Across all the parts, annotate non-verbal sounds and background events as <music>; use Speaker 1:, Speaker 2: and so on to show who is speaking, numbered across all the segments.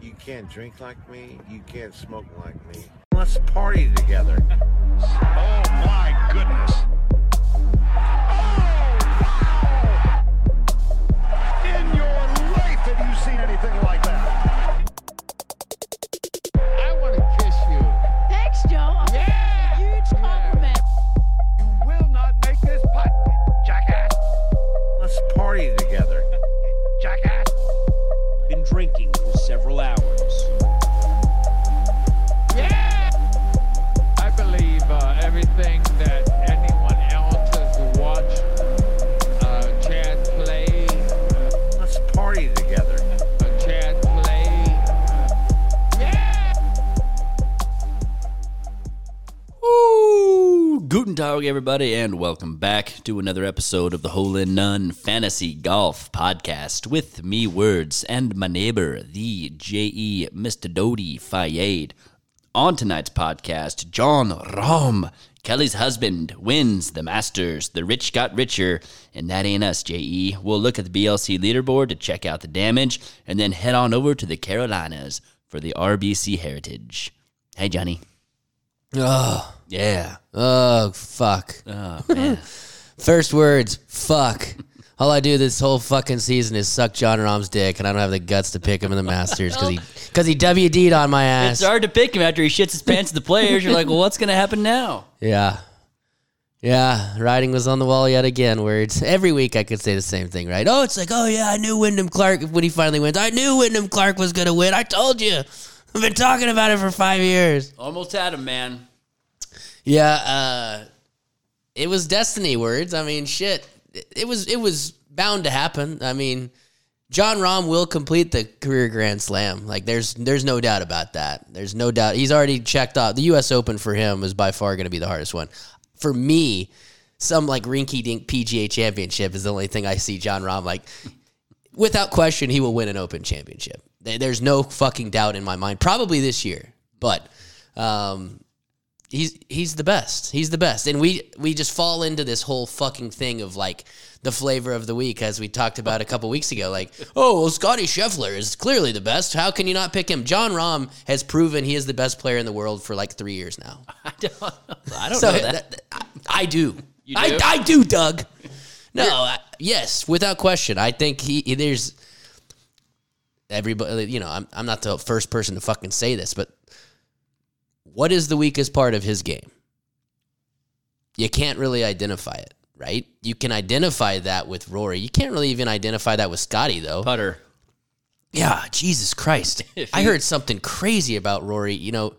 Speaker 1: You can't drink like me. You can't smoke like me. Let's party together.
Speaker 2: Oh my goodness. Oh wow! In your life have you seen anything like that? I want to kiss you.
Speaker 3: Thanks, Joe. Okay,
Speaker 2: Yeah.
Speaker 3: that's a huge compliment.
Speaker 2: You will not make this putt, you jackass.
Speaker 1: Let's party together.
Speaker 2: you Jackass.
Speaker 4: been drinking for several hours.
Speaker 5: Yeah! I believe uh, everything that anyone else has watched uh, Chad play,
Speaker 1: Let's party together.
Speaker 5: uh, Chad play. Yeah!
Speaker 6: Ooh, Guten Tag, everybody, and welcome back to another episode of the Hole in None Fantasy Golf Podcast with me, Words, and my neighbor, the J.E. Mr. Dodi Fayed. On tonight's podcast, John Rom, Kelly's husband, wins the Masters. The rich got richer, and that ain't us, J.E. We'll look at the BLC leaderboard to check out the damage, and then head on over to the Carolinas for the RBC Heritage. Hey, Johnny.
Speaker 7: Oh,
Speaker 6: Yeah.
Speaker 7: oh, fuck.
Speaker 6: Oh, man.
Speaker 7: First words, fuck. All I do this whole fucking season is suck John Rahm's dick, and I don't have the guts to pick him in the Masters because he because he WD'd on my ass.
Speaker 6: It's hard to pick him after he shits his pants to the players. You're like, well, what's going to happen now?
Speaker 7: Yeah, yeah. Writing was on the wall yet again. Words every week I could say the same thing, right? Oh, it's like, oh yeah, I knew Wyndham Clark when he finally wins. I knew Wyndham Clark was gonna win. I told you. I've been talking about it for five years.
Speaker 6: Almost had him, man.
Speaker 7: Yeah, uh it was destiny words. I mean, shit. It it was it was bound to happen. I mean, John Rahm will complete the career grand slam. Like there's there's no doubt about that. There's no doubt. He's already checked off. The US Open for him was by far going to be the hardest one. For me, some like rinky dink PGA championship is the only thing I see John Rahm like without question, he will win an Open championship. There- There's no fucking doubt in my mind. Probably this year, but um, he's he's the best. He's the best, and we we just fall into this whole fucking thing of like the flavor of the week, as we talked about a couple weeks ago. Like, oh, well, Scotty Scheffler is clearly the best. How can you not pick him? John Rahm has proven he is the best player in the world for like three years now.
Speaker 6: I don't, I don't
Speaker 7: So
Speaker 6: know that.
Speaker 7: that- I, I do.
Speaker 6: You
Speaker 7: I,
Speaker 6: do?
Speaker 7: I do, Doug. No, I, yes, without question. I think he, he- there's everybody. You know, I'm I'm not the first person to fucking say this, but what is the weakest part of his game? You can't really identify it, right? You can identify that with Rory. You can't really even identify that with Scotty, though.
Speaker 6: Putter.
Speaker 7: Yeah, Jesus Christ. I heard something crazy about Rory. You know,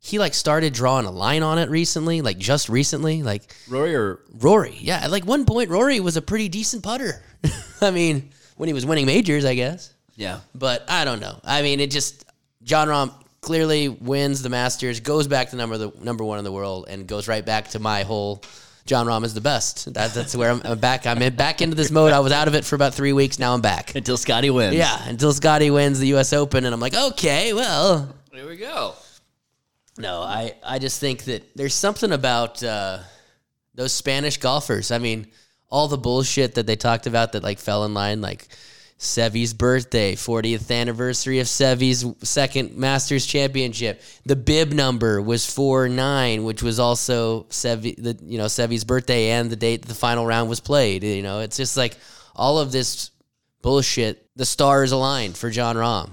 Speaker 7: he like started drawing a line on it recently, like just recently. Like
Speaker 6: Rory or
Speaker 7: Rory, yeah, at like one point Rory was a pretty decent putter. <laughs> I mean, when he was winning majors, I guess.
Speaker 6: yeah,
Speaker 7: But I don't know. I mean, it just John Rahm clearly wins the Masters, goes back to number the number one in the world, and goes right back to my whole John Rahm is the best. That, that's where I'm, I'm back. I'm in, back into this mode. I was out of it for about three weeks. Now I'm back.
Speaker 6: until Scotty wins.
Speaker 7: Yeah, until Scotty wins the U.S. Open, and I'm like, okay, well,
Speaker 6: there we go.
Speaker 7: no, I, I just think that there's something about uh, those Spanish golfers. I mean, all the bullshit that they talked about that like fell in line, like Sevi's birthday, 40th anniversary of Sevi's second Masters Championship. The bib number was four nine, which was also Sevi, the you know Sevi's birthday and the date the final round was played. You know, it's just like all of this bullshit. The stars aligned for John Rahm,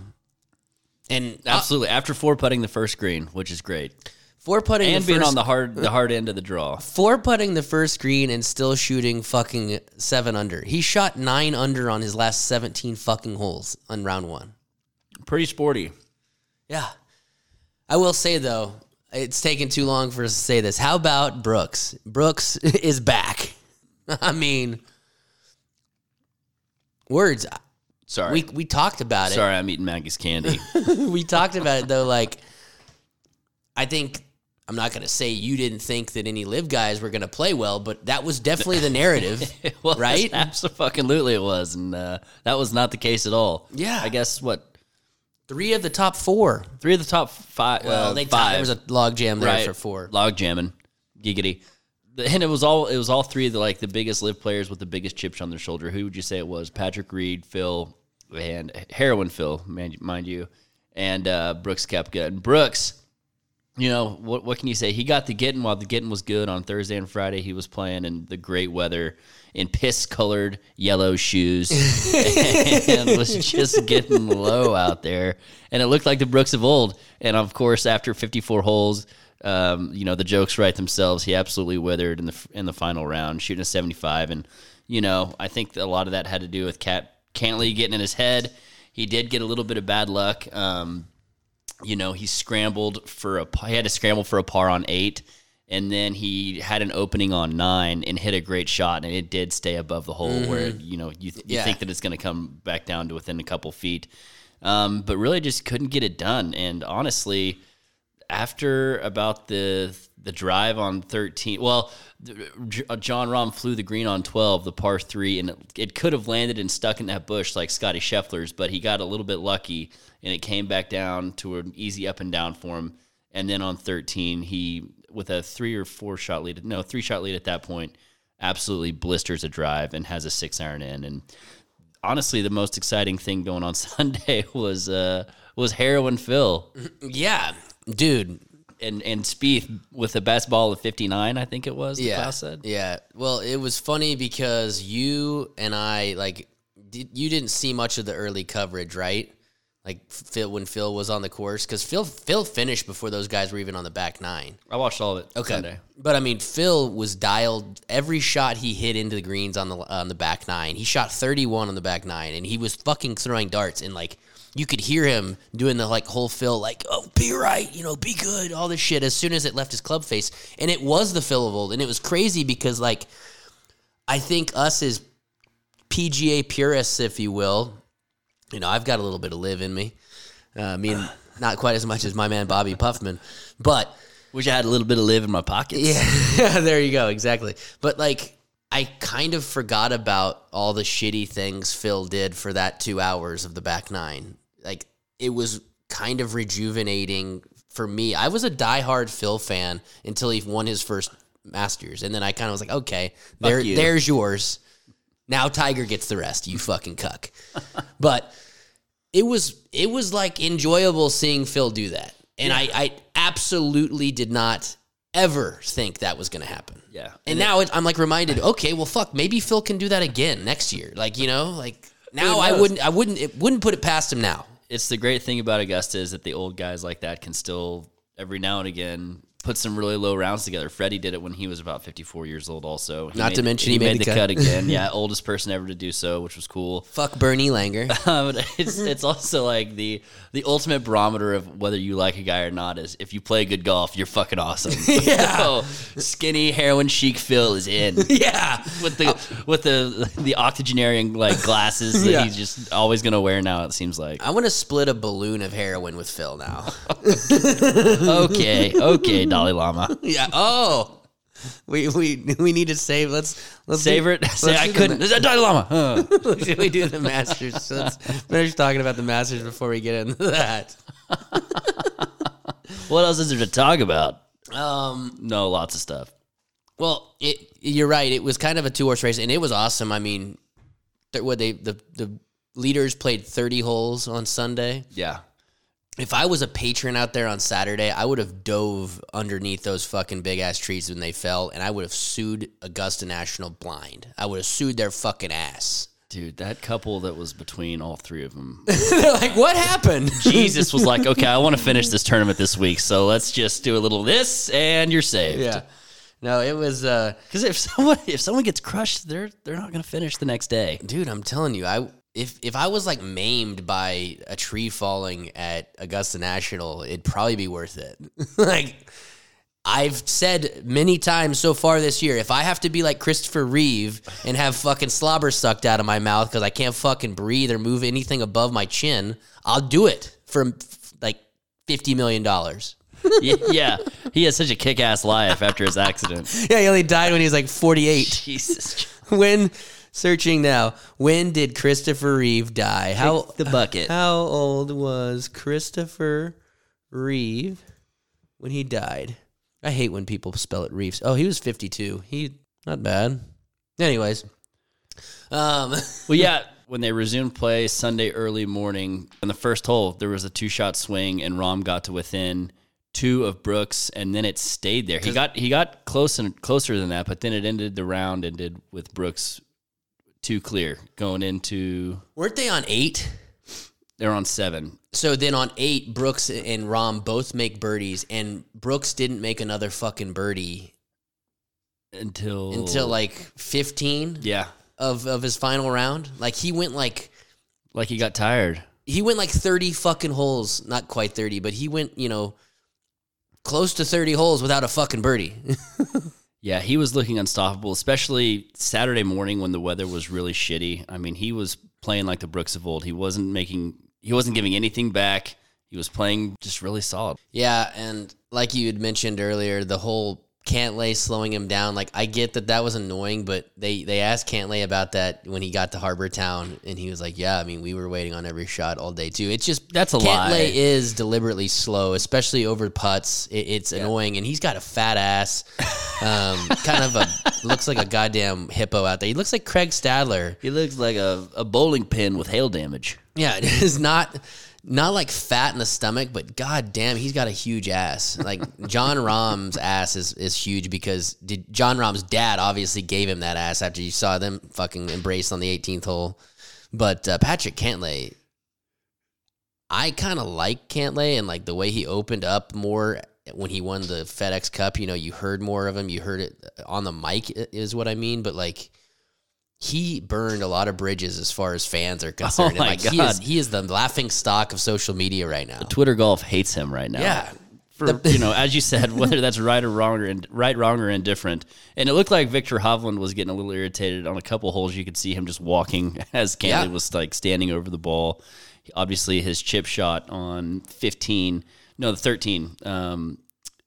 Speaker 7: and uh,
Speaker 6: Absolutely. After four putting the first green, which is great,
Speaker 7: four putting
Speaker 6: and
Speaker 7: the
Speaker 6: being
Speaker 7: first
Speaker 6: on the hard <laughs> the hard end of the draw.
Speaker 7: four putting the first green and still shooting fucking seven under. He shot nine under on his last seventeen fucking holes on round one.
Speaker 6: Pretty sporty.
Speaker 7: Yeah, I will say though, it's taken too long for us to say this. How about Brooks? Brooks <laughs> is back. I mean, words.
Speaker 6: Sorry.
Speaker 7: We we talked about it.
Speaker 6: Sorry, I'm eating Maggie's candy. <laughs>
Speaker 7: <laughs> we talked about it though. Like, I think I'm not gonna say you didn't think that any live guys were gonna play well, but that was definitely
Speaker 6: <laughs>
Speaker 7: the narrative,
Speaker 6: Well,
Speaker 7: right?
Speaker 6: Absolutely, it was, and uh, that was not the case at all.
Speaker 7: Yeah.
Speaker 6: I guess what
Speaker 7: Three of the top four.
Speaker 6: three of the top five.
Speaker 7: Well,
Speaker 6: uh,
Speaker 7: they
Speaker 6: five.
Speaker 7: there was a log jam there for four.
Speaker 6: Log jamming, giggity. The- And it was all it was all three of the like the biggest live players with the biggest chips on their shoulder. Who would you say it was? Patrick Reed, Phil, and heroin Phil, man, mind you, and uh, Brooks Koepka. And Brooks, you know what? What can you say? He got the getting while the getting was good on Thursday and Friday. He was playing in the great weather in piss-colored yellow shoes and <laughs> was just getting low out there. And it looked like the Brooks of old. And of course, after 54 holes, um, you know the jokes write themselves. He absolutely withered in the in the final round, shooting a 75. And you know, I think a lot of that had to do with Cat Cantley getting in his head. He did get a little bit of bad luck. Um, you know, he scrambled for a he had to scramble for a par on eight, and then he had an opening on nine and hit a great shot, and it did stay above the hole where you know you, th- you
Speaker 7: Yeah.
Speaker 6: think that it's going to come back down to within a couple feet, um, but really just couldn't get it done. And honestly, after about the the drive on 13 well J- uh, john rom flew the green on 12 the par 3 and it, it could have landed and stuck in that bush like scotty scheffler's but he got a little bit lucky and it came back down to an easy up and down for him and then on 13 he with a three or four shot lead no three shot lead at that point absolutely blisters a drive and has a six iron in and honestly the most exciting thing going on <laughs> sunday was uh was heroin phil
Speaker 7: Yeah, dude.
Speaker 6: and and Spieth with the best ball of 59, I think it was. The
Speaker 7: Yeah,
Speaker 6: class said.
Speaker 7: yeah. Well, it was funny because you and I like did, you didn't see much of the early coverage, right? Like Phil when Phil was on the course because Phil Phil finished before those guys were even on the back nine.
Speaker 6: I watched all of it.
Speaker 7: Okay.
Speaker 6: Sunday.
Speaker 7: But I mean, Phil was dialed every shot he hit into the greens on the on the back nine. He shot 31 on the back nine, and he was fucking throwing darts and like you could hear him doing the like whole Phil like oh be right you know be good all this shit as soon as it left his club face and it was the Phil of old and it was crazy because like I think us as PGA purists if you will you know I've got a little bit of live in me uh, I mean not quite as much as my man Bobby Puffman but
Speaker 6: Wish I had a little bit of live in my pocket.
Speaker 7: yeah, <laughs> there you go, exactly. But like, I kind of forgot about all the shitty things Phil did for that two hours of the back nine. Like, it was kind of rejuvenating for me. I was a diehard Phil fan until he won his first Masters, and then I kind of was like, okay, there,
Speaker 6: you.
Speaker 7: there's yours. Now Tiger gets the rest, you fucking cuck. but it was it was like enjoyable seeing Phil do that. And I, I absolutely did not ever think that was going to happen.
Speaker 6: Yeah.
Speaker 7: And, now it, I'm
Speaker 6: <laughs>
Speaker 7: like reminded, okay, well fuck, maybe Phil can do that again next year. Like, you know, like now I
Speaker 6: knows?
Speaker 7: wouldn't I wouldn't it wouldn't put it past him now.
Speaker 6: It's the great thing about Augusta is that the old guys like that can still every now and again put some really low rounds together. Freddie did it when he was about 54 years old. Also, He
Speaker 7: Not to mention he made the cut. <laughs>
Speaker 6: again. yeah, oldest person ever to do so, which was cool. <laughs>
Speaker 7: Fuck Bernie Langer. <laughs>
Speaker 6: Um, it's it's also like the the ultimate barometer of whether you like a guy or not is if you play good golf, you're fucking
Speaker 7: <laughs>
Speaker 6: awesome. so, skinny heroin chic Phil is in
Speaker 7: yeah.
Speaker 6: with the with the the octogenarian like glasses that
Speaker 7: Yeah.
Speaker 6: he's just always gonna wear now. It seems
Speaker 7: <laughs>
Speaker 6: like
Speaker 7: I want to split a balloon of heroin with Phil now. <laughs>
Speaker 6: okay, okay, Dalai Lama,
Speaker 7: yeah. Oh. We, we we need to save. Let's let's
Speaker 6: save
Speaker 7: do-
Speaker 6: it. <laughs> Say I
Speaker 7: do the
Speaker 6: couldn't.
Speaker 7: ma-
Speaker 6: Dalai Lama. huh.
Speaker 7: <laughs> Should we do the Masters? So let's finish talking about the Masters before we get into that.
Speaker 6: What else is there to talk about?
Speaker 7: Um,
Speaker 6: No, lots of stuff.
Speaker 7: well, it, you're right. It was kind of a two horse race, and it was awesome. I mean, th- what they the the leaders played 30 holes on Sunday.
Speaker 6: Yeah,
Speaker 7: If I was a patron out there on Saturday, I would have dove underneath those fucking big ass trees when they fell, and I would have sued Augusta National blind. I would have sued their fucking ass. <laughs>
Speaker 6: dude, that couple that was between all three of them.
Speaker 7: They're like, what happened?
Speaker 6: Jesus was like, okay, I want to finish this tournament this week, so let's just do a little of this, and you're saved.
Speaker 7: yeah. No, it was. uh
Speaker 6: Because if someone if someone gets crushed, they're they're not gonna finish the next day. <laughs>
Speaker 7: dude i'm telling you i if if i was like maimed by a tree falling at augusta national it'd probably be worth it <laughs> like i've said many times so far this year if i have to be like christopher reeve and have fucking slobber sucked out of my mouth because i can't fucking breathe or move anything above my chin i'll do it for f- like 50 million dollars
Speaker 6: yeah, yeah, he has such a kick ass life after his
Speaker 7: <laughs>
Speaker 6: accident.
Speaker 7: yeah he only died when he was like 48
Speaker 6: <laughs> Jesus,
Speaker 7: when searching now when did christopher reeve die how
Speaker 6: the bucket.
Speaker 7: How old was Christopher Reeve when he died? I hate when people spell it Reeves. Oh, he was 52. He not bad. Anyways, um
Speaker 6: <laughs>
Speaker 7: <laughs>
Speaker 6: Well, yeah. when they resumed play Sunday early morning, on the first hole, there was a two shot swing and Rom got to within two of Brooks, and then it stayed there. He got he got close and closer than that, but then it ended the round ended with Brooks two clear going into
Speaker 7: Weren't they on eight?
Speaker 6: they're on seven.
Speaker 7: So then on eight, Brooks and Rom both make birdies, and Brooks didn't make another fucking birdie
Speaker 6: Until
Speaker 7: until like fifteen
Speaker 6: yeah,
Speaker 7: of of his final round. Like he went like
Speaker 6: like he got tired.
Speaker 7: he went like 30 fucking holes not quite 30 but he went you know close to 30 holes without a fucking birdie <laughs>
Speaker 6: Yeah, he was looking unstoppable, especially Saturday morning when the weather was really shitty. I mean, he was playing like the Brooks of old. He wasn't making, he wasn't giving anything back. He was playing just really solid.
Speaker 7: yeah and like you had mentioned earlier the whole cantlay slowing him down like i get that that was annoying but they they asked cantlay about that when he got to harbor town and he was like yeah i mean we were waiting on every shot all day too it's just
Speaker 6: That's a
Speaker 7: cantlay
Speaker 6: lie.
Speaker 7: is deliberately slow especially over putts it, it's annoying and he's got a fat ass um kind of a looks like a goddamn hippo out there he looks like craig stadler
Speaker 6: He looks like a, a bowling pin with hail damage.
Speaker 7: Yeah, <laughs> it is not not like fat in the stomach, but god damn, he's got a huge ass. Like John Rahm's ass is, is huge because did John Rahm's dad obviously gave him that ass after you saw them fucking embrace on the 18th hole. But uh, Patrick Cantlay, I kind of like Cantlay and like the way he opened up more when he won the FedEx Cup. You know, you heard more of him. You heard it uh, on the mic, i- is what I mean. But like, he burned a lot of bridges as far as fans are concerned. And,
Speaker 6: Oh my
Speaker 7: like, He is,
Speaker 6: God.
Speaker 7: he is the laughing stock of social media right now.
Speaker 6: Twitter golf hates him right now.
Speaker 7: Yeah.
Speaker 6: For, you know, as you said, <laughs> whether that's right or wrong or in, right, wrong or indifferent, and it looked like Victor Hovland was getting a little irritated on a couple holes. You could see him just walking <laughs> as Cantley
Speaker 7: Yeah.
Speaker 6: was like standing over the ball. Obviously, his chip shot on fifteen, no, the thirteen, um,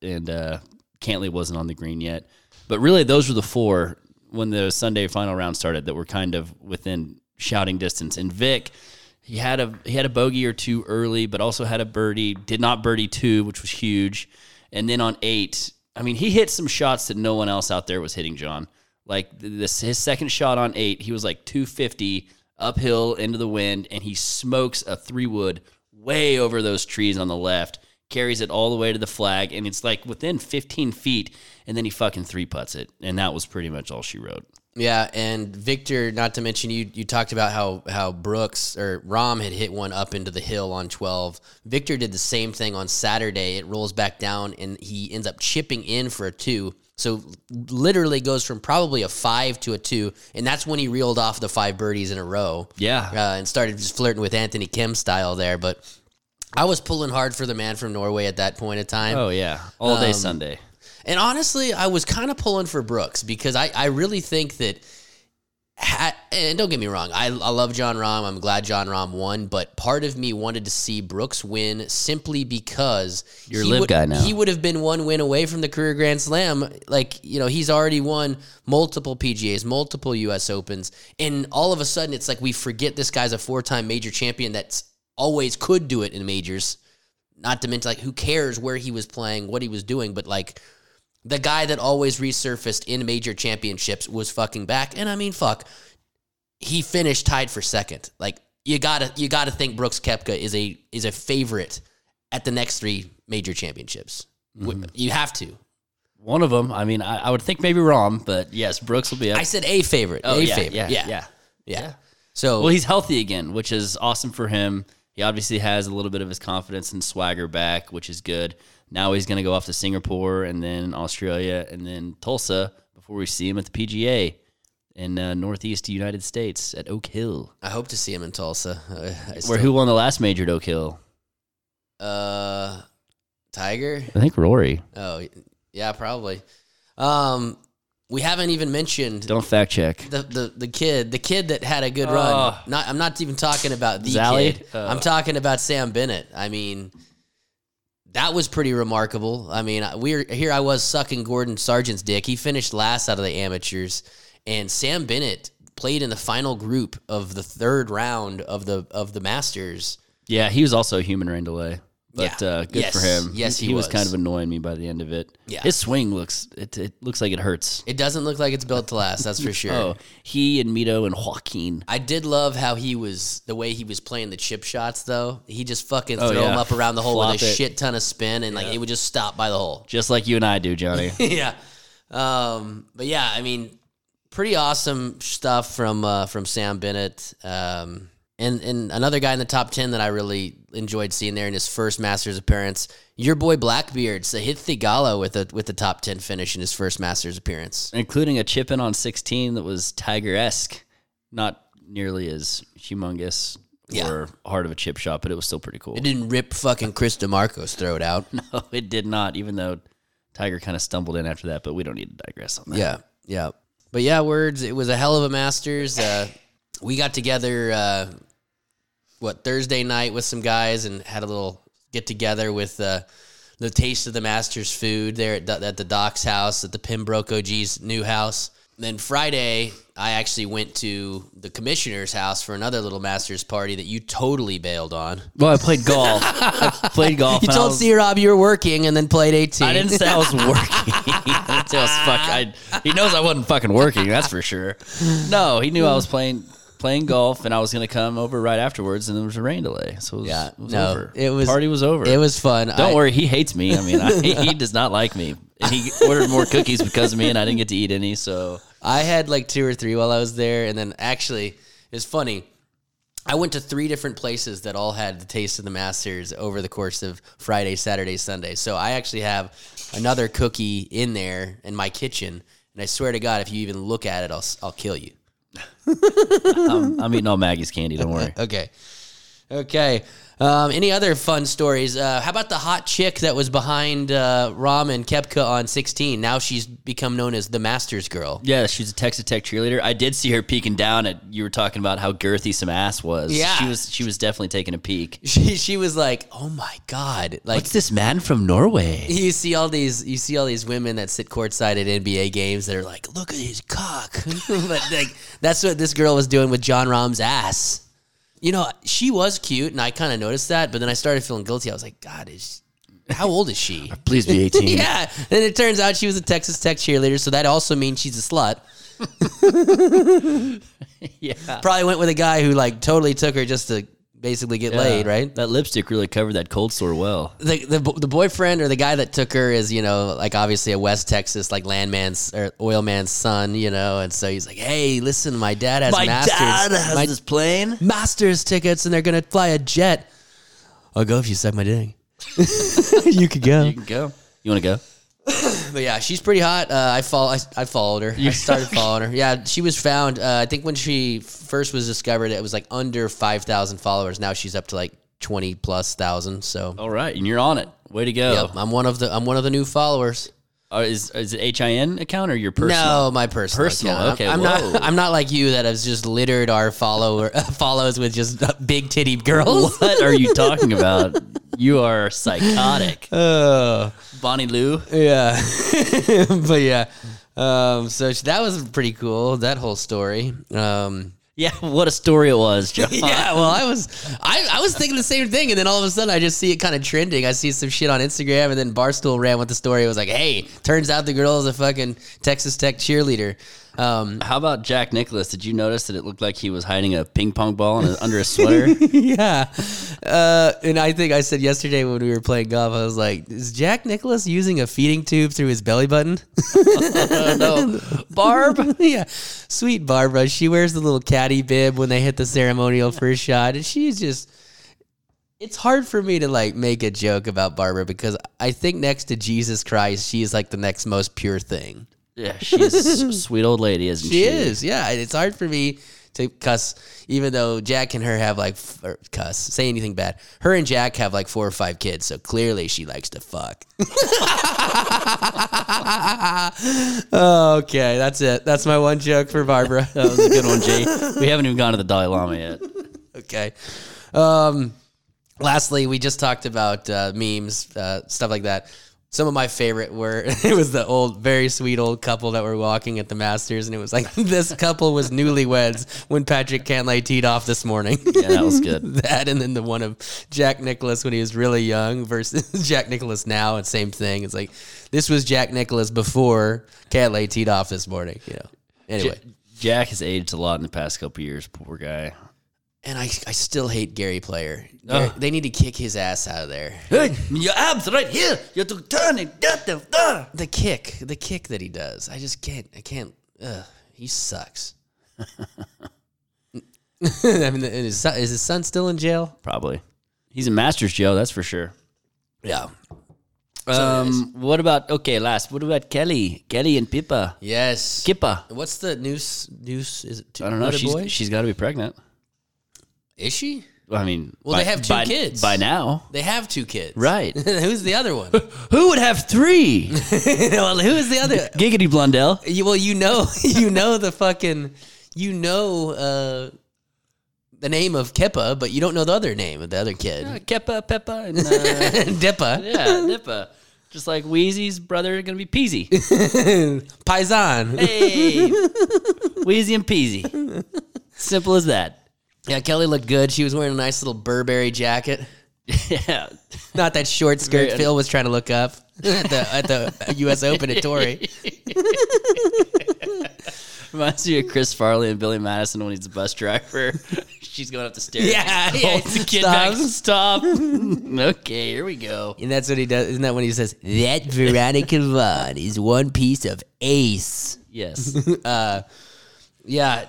Speaker 6: and uh, Cantley wasn't on the green yet. But really, those were the four when the Sunday final round started that were kind of within shouting distance. And Vic, he had a he had a bogey or two early, but also had a birdie. Did not birdie two, which was huge. And then on eight, I mean, he hit some shots that no one else out there was hitting. John, like th- this, his second shot on eight, he was like two fifty uphill into the wind, and he smokes a three wood way over those trees on the left, carries it all the way to the flag, and it's like within fifteen feet, and then he fucking three puts it, and that was pretty much all she wrote.
Speaker 7: Yeah, and Victor, not to mention you you talked about how how Brooks or Rom had hit one up into the hill on 12. Victor did the same thing on Saturday. It rolls back down and he ends up chipping in for a 2. So literally goes from probably a 5 to a 2, and that's when he reeled off the five birdies in a row.
Speaker 6: Yeah.
Speaker 7: Uh, and started just flirting with Anthony Kim style there, but I was pulling hard for the man from Norway at that point in time.
Speaker 6: Oh yeah, all day
Speaker 7: Um,
Speaker 6: Sunday.
Speaker 7: And honestly, I was kind of pulling for Brooks because I, I really think that. Ha- and don't get me wrong, I, I love John Rahm. I'm glad John Rahm won, but part of me wanted to see Brooks win simply because
Speaker 6: You're a
Speaker 7: he
Speaker 6: live
Speaker 7: would-
Speaker 6: guy now.
Speaker 7: He would have been one win away from the career Grand Slam. Like you know, he's already won multiple PGA's, multiple U.S. Opens, and all of a sudden, it's like we forget this guy's a four-time major champion that's always could do it in majors. Not to mention, like, who cares where he was playing, what he was doing, but like the guy that always resurfaced in major championships was fucking back. And I mean, fuck, he finished tied for second. Like you gotta, you gotta think Brooks Kepka is a is a favorite at the next three major championships. W
Speaker 6: Mm-hmm.
Speaker 7: You have to.
Speaker 6: One of them. I mean, I, I would think maybe Rom, but yes, Brooks will be up.
Speaker 7: I said a favorite.
Speaker 6: oh
Speaker 7: a
Speaker 6: yeah,
Speaker 7: favorite.
Speaker 6: yeah, yeah, yeah.
Speaker 7: yeah. So
Speaker 6: Well, he's healthy again, which is awesome for him. He obviously has a little bit of his confidence and swagger back, which is good. Now he's going to go off to Singapore and then Australia and then Tulsa before we see him at the PGA in uh, Northeast United States at Oak Hill,
Speaker 7: I hope to see him in Tulsa. <laughs> Uh, I
Speaker 6: where
Speaker 7: still-
Speaker 6: who won the last major at Oak Hill?
Speaker 7: uh, Tiger.
Speaker 6: I think Rory.
Speaker 7: Oh yeah, probably. Um, we haven't even mentioned
Speaker 6: Don't fact check.
Speaker 7: the, the the kid, the kid that had a good
Speaker 6: Ugh.
Speaker 7: run. Not, I'm not even talking about the
Speaker 6: Zally?
Speaker 7: kid.
Speaker 6: Ugh.
Speaker 7: I'm talking about Sam Bennett. I mean, that was pretty remarkable. I mean, I- we're here. I was sucking Gordon Sargent's dick. He finished last out of the amateurs, and Sam Bennett played in the final group of the third round of the of the Masters.
Speaker 6: Yeah, he was also a human rain delay. But
Speaker 7: Yeah.
Speaker 6: uh, good
Speaker 7: Yes.
Speaker 6: for him.
Speaker 7: Yes, he
Speaker 6: was.
Speaker 7: was.
Speaker 6: kind of annoying me by the end of it.
Speaker 7: Yeah.
Speaker 6: his swing looks it, it looks like it hurts.
Speaker 7: It doesn't look like it's built to last. That's for sure.
Speaker 6: Oh, he and Mito and Joaquin.
Speaker 7: I did love how he was the way he was playing the chip shots though. He just fucking
Speaker 6: Oh,
Speaker 7: throw
Speaker 6: yeah.
Speaker 7: them up around the hole
Speaker 6: Flop
Speaker 7: with a
Speaker 6: it.
Speaker 7: shit ton of spin and like it would just stop by the hole. <laughs>
Speaker 6: Just like you and I do, Johnny.
Speaker 7: yeah. Um, but yeah, I mean, pretty awesome stuff from uh, from Sam Bennett. Um, and and another guy in the top ten that I really enjoyed seeing there in his first Masters appearance, your boy Blackbeard Sahith Thigala with a with the top ten finish in his first Masters appearance.
Speaker 6: including a chip in on 16 that was Tiger esque. Not nearly as humongous
Speaker 7: Yeah.
Speaker 6: or hard of a chip shot, but it was still pretty cool.
Speaker 7: It didn't rip fucking Chris DeMarco's throat out.
Speaker 6: <laughs> no, it did not, even though Tiger kind of stumbled in after that, but we don't need to digress on that.
Speaker 7: Yeah, yeah. But yeah, words. It was a hell of a Masters. Uh, we got together, uh, what Thursday night with some guys and had a little get together with uh, the taste of the Masters food there at, the- at the Doc's house at the Pembroke OG's new house. Then Friday, I actually went to the commissioner's house for another little Masters party that you totally bailed on.
Speaker 6: Well, I played golf.
Speaker 7: <laughs>
Speaker 6: I played golf.
Speaker 7: You
Speaker 6: and I
Speaker 7: told
Speaker 6: was-
Speaker 7: C Rob you were working and then played 18.
Speaker 6: I didn't say
Speaker 7: <laughs>
Speaker 6: I was working. <laughs> I said I was fuck. I, he knows I wasn't fucking working. That's for sure. No, he knew I was playing playing golf, and I was going to come over right afterwards, and there was a rain delay, so it was,
Speaker 7: Yeah,
Speaker 6: it was
Speaker 7: no,
Speaker 6: over.
Speaker 7: it was-
Speaker 6: party was over.
Speaker 7: It was fun.
Speaker 6: Don't
Speaker 7: I-
Speaker 6: worry, he hates me. I mean, I, he, he does not like me. And he ordered more cookies because of me, and I didn't get to eat any. So
Speaker 7: I had like two or three while I was there, and then actually, it's funny. I went to three different places that all had the taste of the Masters over the course of Friday, Saturday, Sunday. So I actually have another cookie in there in my kitchen, and I swear to God, if you even look at it, I'll s- I'll kill you.
Speaker 6: I'm, I'm eating all Maggie's candy. Don't worry.
Speaker 7: Okay, okay. Um, any other fun stories? Uh, how about the hot chick that was behind uh, Rom and Kepka on 16? Now she's become known as the Masters girl. <laughs>
Speaker 6: Yeah, she's a Texas Tech cheerleader. I did see her peeking down at you were talking about how girthy some ass was.
Speaker 7: Yeah.
Speaker 6: she was. She was definitely taking a peek.
Speaker 7: She she was like, oh my God, like
Speaker 6: What's this man from Norway?
Speaker 7: you see all these you see all these women that sit courtside at NBA games that are like, look at his cock. <laughs> but like that's what this girl was doing with John Rahm's ass. You know, she was cute and I kind of noticed that, but then I started feeling guilty. I was like, God, is how old is she?
Speaker 6: Please
Speaker 7: <laughs>
Speaker 6: be 18.
Speaker 7: yeah. And it turns out she was a Texas Tech cheerleader, so that also means she's a slut. <laughs>
Speaker 6: yeah.
Speaker 7: Probably went with a guy who like totally took her just to basically get laid, right?
Speaker 6: That lipstick really covered that cold sore well.
Speaker 7: the, the the boyfriend or the guy that took her is you know like obviously a West Texas like landman's or oil man's son you know and so he's like hey listen my dad has masters my
Speaker 6: plane.
Speaker 7: masters tickets and they're gonna fly a jet I'll go if you suck my dick <laughs> you could go
Speaker 6: You can go. You want to go?
Speaker 7: but yeah she's pretty hot uh, I follow I, I followed her I <laughs> started following her yeah she was found uh, I think when she first was discovered it was like under five thousand followers now she's up to like twenty plus thousand so.
Speaker 6: All right, and you're on it. Way to go.
Speaker 7: Yep, I'm one of the I'm one of the new followers.
Speaker 6: Uh, Is is it HIN account or your personal?
Speaker 7: <laughs> No, my personal.
Speaker 6: Personal,
Speaker 7: account.
Speaker 6: okay,
Speaker 7: I'm
Speaker 6: whoa.
Speaker 7: not. I'm not like you that has just littered our follower <laughs> follows with just big titty <laughs> girls.
Speaker 6: What are you talking about? You are
Speaker 7: <laughs>
Speaker 6: psychotic. Bonnie Lou.
Speaker 7: Oh, Yeah, <laughs> but yeah. Um, so sh- that was pretty cool. That whole story.
Speaker 6: <laughs>
Speaker 7: Um,
Speaker 6: Yeah, what a story it was, John.
Speaker 7: <laughs> yeah. Well, I was I, I was thinking the same thing, and then all of a sudden I just see it kind of trending. I see some shit on Instagram, and then Barstool ran with the story. It was like, hey, turns out the girl is a fucking Texas Tech cheerleader. Um,
Speaker 6: How about Jack Nicholas? Did you notice that it looked like he was hiding a ping pong ball in a, under a sweater?
Speaker 7: <laughs> yeah. Uh, and I think I said yesterday when we were playing golf, I was like, is Jack Nicholas using a feeding tube through his belly button?
Speaker 6: no.
Speaker 7: Barb? <laughs> yeah. Sweet Barbara. She wears the little caddy bib when they hit the ceremonial first shot. And she's just. It's hard for me to like make a joke about Barbara because I think next to Jesus Christ, she's like the next most pure thing.
Speaker 6: Yeah, she's a sweet old lady, isn't she?
Speaker 7: She is, yeah. and It's hard for me to cuss, even though Jack and her have like f- or cuss, say anything bad. Her and Jack have like four or five kids, so clearly she likes to fuck. <laughs> okay, that's it. That's my one joke for Barbara.
Speaker 6: That was a good one, Jay. We haven't even gone to the Dalai Lama yet.
Speaker 7: okay. Um, lastly, we just talked about uh, memes, uh, stuff like that. some of my favorite were <laughs> it was the old, very sweet old couple that were walking at the Masters, and it was like <laughs> this couple was newlyweds when Patrick Cantlay teed off this morning. <laughs>
Speaker 6: Yeah, that was good.
Speaker 7: that and then the one of Jack Nicholas when he was really young versus <laughs> Jack Nicholas now. It's same thing. It's like this was Jack Nicholas before Cantlay teed off this morning. You know. Anyway,
Speaker 6: J- Jack has aged a lot in the past couple years. Poor guy.
Speaker 7: and I, I still hate Gary Player.
Speaker 6: Ugh.
Speaker 7: They need to kick his ass out of there.
Speaker 6: Hey, your abs right here. You're to turn and get them. Ah.
Speaker 7: The kick, the kick that he does. I just can't. I can't. Ugh, he sucks. <laughs> I mean, and his son, is his son still in jail?
Speaker 6: Probably. He's in Masters Joe, that's for sure.
Speaker 7: Yeah.
Speaker 6: Um, what about okay? Last, what about Kelly, Kelly and Pippa,
Speaker 7: Yes.
Speaker 6: Kippa?
Speaker 7: What's the noose? Noose is it?
Speaker 6: I don't know.
Speaker 7: What a
Speaker 6: She's
Speaker 7: boy?
Speaker 6: she's got to be pregnant.
Speaker 7: is she?
Speaker 6: Well, I mean,
Speaker 7: Well, they have two
Speaker 6: by-
Speaker 7: kids.
Speaker 6: by now,
Speaker 7: They have two kids,
Speaker 6: right?
Speaker 7: <laughs> Who's the other one?
Speaker 6: Who would have three?
Speaker 7: well, who is the <laughs> other?
Speaker 6: <laughs> Giggity Blondell.
Speaker 7: You, well, you know, <laughs> you know the fucking, you know uh, the name of Kippa, but you don't know the other name of the other kid,
Speaker 6: Uh, Keppa, Peppa, and <laughs> uh,
Speaker 7: <laughs> Dippa.
Speaker 6: yeah, Nippa. Just like Wheezy's brother, gonna be <laughs> Peasy.
Speaker 7: Paisan.
Speaker 6: Hey, Wheezy and Peasy. <laughs> Simple as that.
Speaker 7: Yeah, Kelly looked good. She was wearing a nice little Burberry jacket.
Speaker 6: Yeah,
Speaker 7: Not that short skirt
Speaker 6: Very-
Speaker 7: Phil was trying to look up <laughs> at the at the U.S. Open
Speaker 6: <laughs>
Speaker 7: at Torrey.
Speaker 6: reminds me of Chris Farley and Billy Madison when he's a bus driver. <laughs> She's going up the stairs. <laughs>
Speaker 7: Yeah, yeah.
Speaker 6: Holds the kid back.
Speaker 7: Stops.
Speaker 6: Stop. <laughs> okay, here we go.
Speaker 7: And that's what he does. Isn't that when he says that Veronica Vaughn is one piece of ace? <laughs>
Speaker 6: Yes.
Speaker 7: Yeah,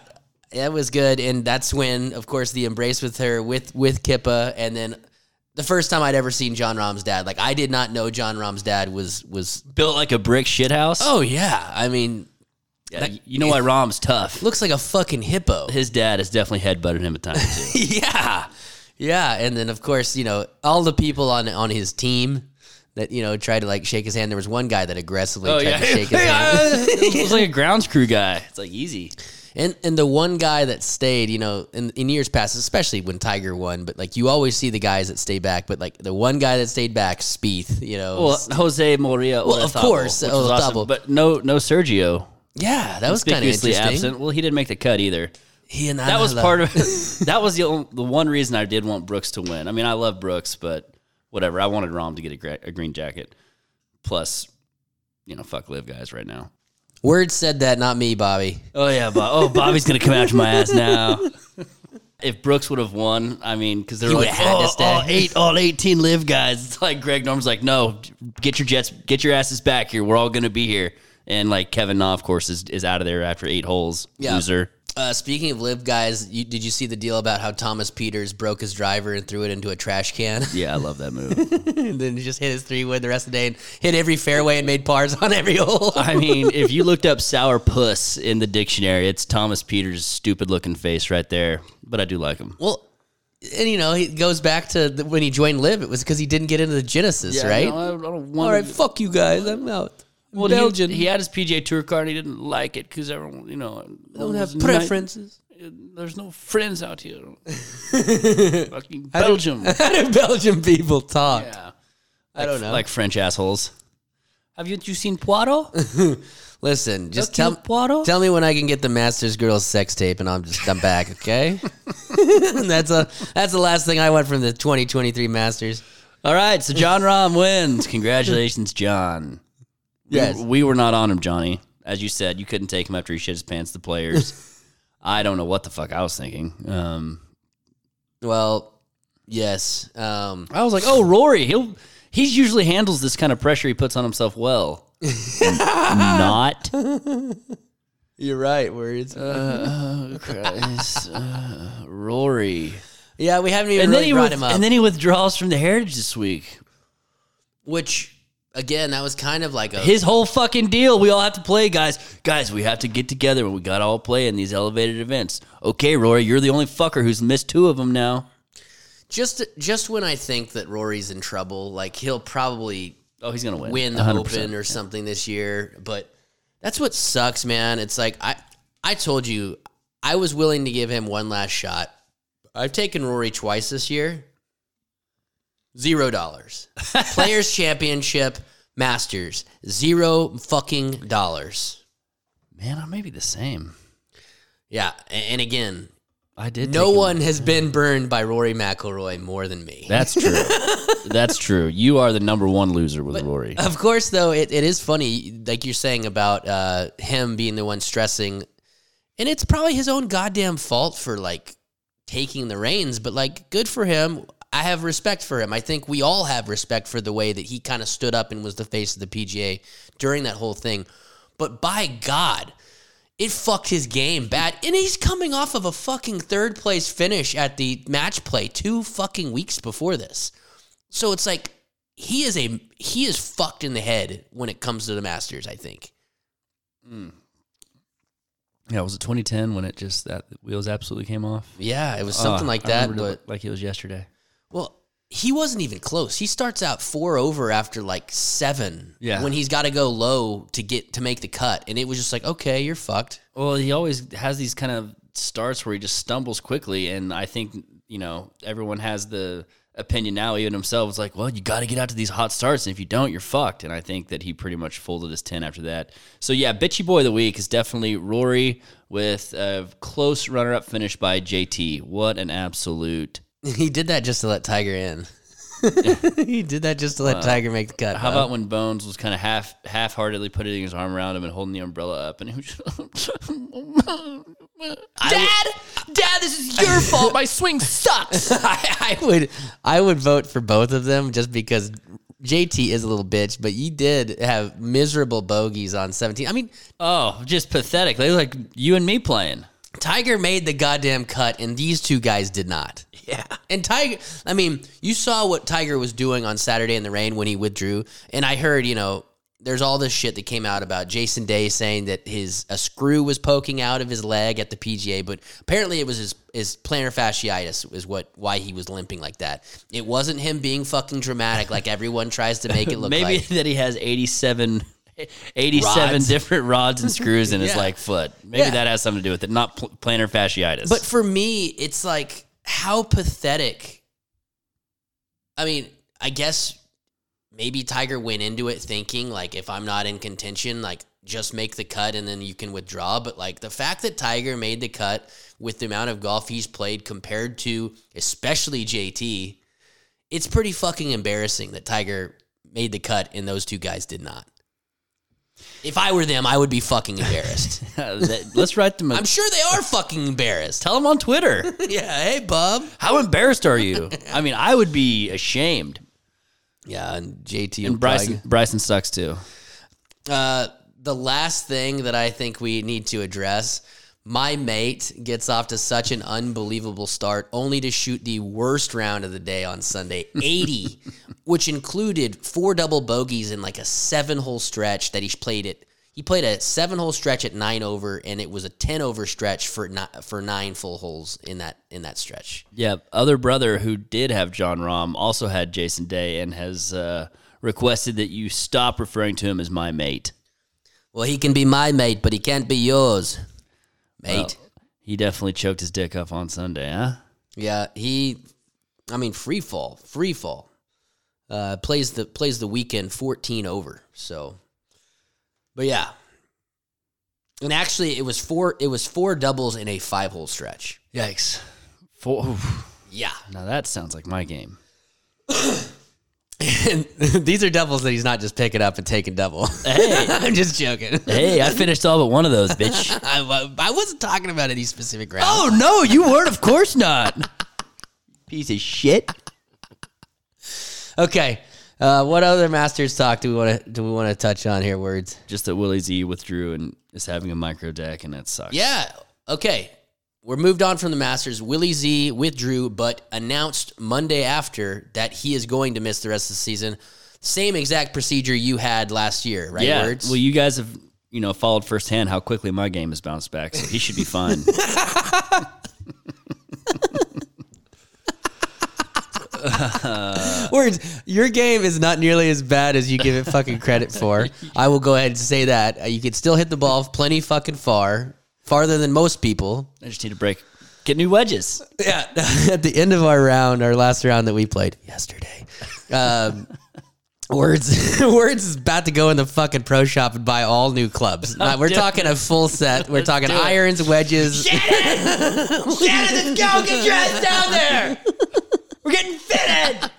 Speaker 7: that was good. And that's when, of course, the embrace with her with with Kippa, and then the first time I'd ever seen John Rahm's dad. Like I did not know John Rahm's dad was was.
Speaker 6: Built like a brick shit house.
Speaker 7: Oh yeah, I mean,
Speaker 6: Yeah, y- you
Speaker 7: <laughs>
Speaker 6: know why Rom's tough.
Speaker 7: looks like a fucking hippo.
Speaker 6: His dad has definitely headbutted him a time or
Speaker 7: <laughs>
Speaker 6: two.
Speaker 7: yeah, yeah. And then of course, you know, all the people on on his team. That you know, tried to like shake his hand. There was one guy that aggressively tried to shake <laughs> his
Speaker 6: Oh, <laughs> Hey,
Speaker 7: hand.
Speaker 6: uh, it was like a grounds crew guy. It's like easy.
Speaker 7: And and the one guy that stayed, you know, in, in years past, especially when Tiger won, but like you always see the guys that stay back, but like the one guy that stayed back, Spieth, you know,
Speaker 6: Well,
Speaker 7: s-
Speaker 6: Jose Moria.
Speaker 7: Well, of
Speaker 6: Olazabal,
Speaker 7: course,
Speaker 6: which was awesome,
Speaker 7: Olazabal.
Speaker 6: but no, no Sergio.
Speaker 7: yeah, that was kind of
Speaker 6: Conspicuously
Speaker 7: interesting.
Speaker 6: absent. Well, he didn't make the cut either.
Speaker 7: He and
Speaker 6: That was part of. <laughs> that was the only, the one reason I did want Brooks to win. I mean, I love Brooks, but whatever. I wanted Rom to get a, gra- a green jacket. Plus, you know, fuck live guys right now.
Speaker 7: <laughs> Word said that, not me, Bobby.
Speaker 6: Oh yeah, Bob. oh Bobby's gonna come after my ass now. <laughs> If Brooks would have won, I mean, because they're
Speaker 7: He
Speaker 6: like,
Speaker 7: would've had to
Speaker 6: oh,
Speaker 7: stay."
Speaker 6: all eight, all eighteen live guys. It's like Greg Norm's like, no, get your jets, get your asses back here. We're all gonna be here. And like Kevin Na, of course, is, is out of there after eight holes.
Speaker 7: Yeah.
Speaker 6: Loser.
Speaker 7: Uh, speaking of live guys, you, did you see the deal about how Thomas Peters broke his driver and threw it into a trash can,
Speaker 6: Yeah, I love that move.
Speaker 7: <laughs> and then he just hit his three wood the rest of the day and hit every fairway and made pars on every hole?
Speaker 6: <laughs> I mean, if you looked up sour puss in the dictionary, it's Thomas Peters' stupid looking face right there. But I do like him.
Speaker 7: Well, and you know, he goes back to the, when he joined Live. It was because he didn't get into the Genesis, right?
Speaker 6: No, I, I don't want
Speaker 7: All right, fuck you guys. I'm out. I'm
Speaker 6: Well,
Speaker 7: Belgian.
Speaker 6: He, he had his PGA Tour card. and He didn't like it because everyone, you know,
Speaker 7: I don't have
Speaker 6: was
Speaker 7: preferences. <laughs>
Speaker 6: ni- there's no friends out here. Fucking Belgium.
Speaker 7: How do Belgian people talk?
Speaker 6: yeah,
Speaker 7: I don't know.
Speaker 6: like French assholes. Haven't you seen Poirot?
Speaker 7: listen, just
Speaker 6: Don't
Speaker 7: <laughs> tell
Speaker 6: you, Poirot?
Speaker 7: tell me when I can get the Masters Girls sex tape, and I'm just I'm back.
Speaker 6: <laughs>
Speaker 7: Okay, <laughs> that's a that's the last thing I want from the 2023 Masters.
Speaker 6: All right, so John Rahm wins. Congratulations, John. We-
Speaker 7: Yes.
Speaker 6: we, were not on him, Johnny. As you said, you couldn't take him after he shit his pants. The
Speaker 7: <laughs>
Speaker 6: players. I don't know what the fuck I was thinking. Um,
Speaker 7: Well, yes. Um,
Speaker 6: I was like, oh, Rory, he'll he usually handles this kind of pressure he puts on himself <laughs> well. Not
Speaker 7: You're right. Words.
Speaker 6: Christ, uh, Rory,
Speaker 7: yeah, we haven't even
Speaker 6: and then
Speaker 7: really
Speaker 6: he
Speaker 7: brought
Speaker 6: with-
Speaker 7: him up.
Speaker 6: and then he withdraws from the Heritage this week.
Speaker 7: which again, that was kind of like a
Speaker 6: His whole fucking deal. We all have to play, guys. Guys, we have to get together, and we got to all play in these elevated events. Okay, Rory, you're the only fucker who's missed two of them now.
Speaker 7: Just just when I think that Rory's in trouble, like he'll probably
Speaker 6: Oh, he's gonna win.
Speaker 7: win the
Speaker 6: 100%.
Speaker 7: Open or something this year, but that's what sucks, man. It's like I I told you I was willing to give him one last shot. I've taken Rory twice this year. Zero dollars. Players Championship, Masters, zero fucking dollars.
Speaker 6: Man, I may be the same.
Speaker 7: Yeah, a- and again,
Speaker 6: I did.
Speaker 7: no
Speaker 6: take him-
Speaker 7: one has been burned by Rory McIlroy more than me.
Speaker 6: That's true.
Speaker 7: <laughs>
Speaker 6: That's true. You are the number one loser with Rory.
Speaker 7: <laughs> Of course, though, it, it is funny, like you're saying about uh, him being the one stressing, and it's probably his own goddamn fault for like taking the reins, but like, good for him. I have respect for him. I think we all have respect for the way that he kind of stood up and was the face of the PGA during that whole thing. But by God, it fucked his game bad. And he's coming off of a fucking third place finish at the match play two fucking weeks before this. So it's like he is a he is fucked in the head when it comes to the Masters. I think.
Speaker 6: Yeah, was it 2010 when it just that the wheels absolutely came off?
Speaker 7: Yeah, it was something
Speaker 6: Oh,
Speaker 7: like
Speaker 6: I
Speaker 7: that.
Speaker 6: remembered
Speaker 7: But
Speaker 6: it like it was yesterday.
Speaker 7: well, he wasn't even close. He starts out four over after like seven.
Speaker 6: Yeah.
Speaker 7: when he's got to go low to get to make the cut, and it was just like, okay, you're fucked. <laughs>
Speaker 6: Well, he always has these kind of starts where he just stumbles quickly, and I think you know everyone has the opinion now, even himself. It's like, well, you got to get out to these hot starts, and if you don't, you're fucked. And I think that he pretty much folded his ten after that. So yeah, bitchy boy of the week is definitely Rory with a close runner-up finish by JT. What an absolute!
Speaker 7: he did that just to let Tiger in. <laughs> he did that just to let Tiger make the cut.
Speaker 6: How
Speaker 7: bro.
Speaker 6: about when Bones was kind of half half-heartedly putting his arm around him and holding the umbrella up, and he was just,
Speaker 7: Dad? Dad, this is <laughs> your fault. My swing sucks. <laughs> I, I would I would vote for both of them just because JT is a little bitch, but you did have miserable bogeys on 17. I mean,
Speaker 6: <laughs> oh, just pathetic. They like you and me playing.
Speaker 7: Tiger made the goddamn cut and these two guys did not. Yeah. And Tiger, I mean, you saw what Tiger was doing on Saturday in the rain when he withdrew. And I heard, you know, there's all this shit that came out about Jason Day saying that his a screw was poking out of his leg at the PGA, but apparently it was his his plantar fasciitis is what why he was limping like that. It wasn't him being fucking dramatic like everyone tries to make it
Speaker 6: <laughs>
Speaker 7: look
Speaker 6: Maybe
Speaker 7: like.
Speaker 6: that he has 87, 87
Speaker 7: Rods.
Speaker 6: different rods and screws in his
Speaker 7: <laughs> Yeah.
Speaker 6: like foot. Maybe
Speaker 7: Yeah.
Speaker 6: that has something to do with it. Not pl- plantar fasciitis. <laughs>
Speaker 7: But for me, it's like how pathetic. I mean, I guess maybe Tiger went into it thinking like if I'm not in contention, like just make the cut and then you can withdraw. But like the fact that Tiger made the cut with the amount of golf he's played compared to especially JT, it's pretty fucking embarrassing that Tiger made the cut and those two guys did not. If I were them, I would be fucking embarrassed.
Speaker 6: That- let's write them. A,
Speaker 7: <laughs> I'm sure they are fucking embarrassed.
Speaker 6: tell them on
Speaker 7: <laughs>
Speaker 6: Twitter.
Speaker 7: Yeah, hey, bub.
Speaker 6: How embarrassed are
Speaker 7: <laughs>
Speaker 6: you? I mean, I would be ashamed.
Speaker 7: Yeah, and JT
Speaker 6: And Bryson, Bryson sucks too.
Speaker 7: Uh, the last thing that I think we need to address. My mate gets off to such an unbelievable start, only to shoot the worst round of the day on
Speaker 6: <laughs>
Speaker 7: Sunday, 80, which included four double bogeys in like a seven hole stretch that he played it. He played a seven hole stretch at nine over, and it was a ten over stretch for not, for nine full holes in that in that stretch.
Speaker 6: Yeah, other brother who did have John Rahm also had Jason Day and has uh, requested that you stop referring to him as my mate.
Speaker 7: Well, he can be my mate, but he can't be yours, mate.
Speaker 6: He definitely choked his dick up on Sunday, huh?
Speaker 7: Yeah, he. I mean, free fall, free fall. Uh, plays the plays the weekend fourteen over. So, but yeah, and actually, it was four. It was four doubles in a five hole stretch.
Speaker 6: Yikes. Four,
Speaker 7: Yeah,
Speaker 6: now that sounds like my game.
Speaker 7: <laughs> and these are doubles that he's not just picking up and taking double.
Speaker 6: Hey.
Speaker 7: <laughs> I'm just joking.
Speaker 6: Hey, I finished all but one of those, bitch.
Speaker 7: <laughs> I, wa- I wasn't talking about any specific round.
Speaker 6: <laughs> oh no, you weren't. Of course not. Piece of shit.
Speaker 7: okay. Uh, what other Masters talk do we want to do? We want to touch on here, words.
Speaker 6: Just that Willie Z withdrew and is having a micro deck, and that sucks.
Speaker 7: Yeah. Okay. We're moved on from the Masters. Willie Z withdrew, but announced Monday after that he is going to miss the rest of the season. Same exact procedure you had last year, right?
Speaker 6: yeah.
Speaker 7: Words?
Speaker 6: Well, you guys have you know followed firsthand how quickly my game has bounced back, so he should be <laughs> fine.
Speaker 7: <laughs> Words. Your game is not nearly as bad as you give it fucking
Speaker 6: <laughs>
Speaker 7: credit for. I will go ahead and say that Uh, you can still hit the ball plenty fucking far, farther than most people.
Speaker 6: I just need a break. Get new wedges.
Speaker 7: Yeah, <laughs>
Speaker 6: <laughs>
Speaker 7: at the end of our round, our last round that we played yesterday, um, Words, <laughs> words is about to go in the fucking pro shop and buy all new clubs. Like, we're talking a full set. We're talking
Speaker 6: do it.
Speaker 7: irons, wedges. <laughs>
Speaker 6: Shannon, let's go get your ass down there. We're getting fitted.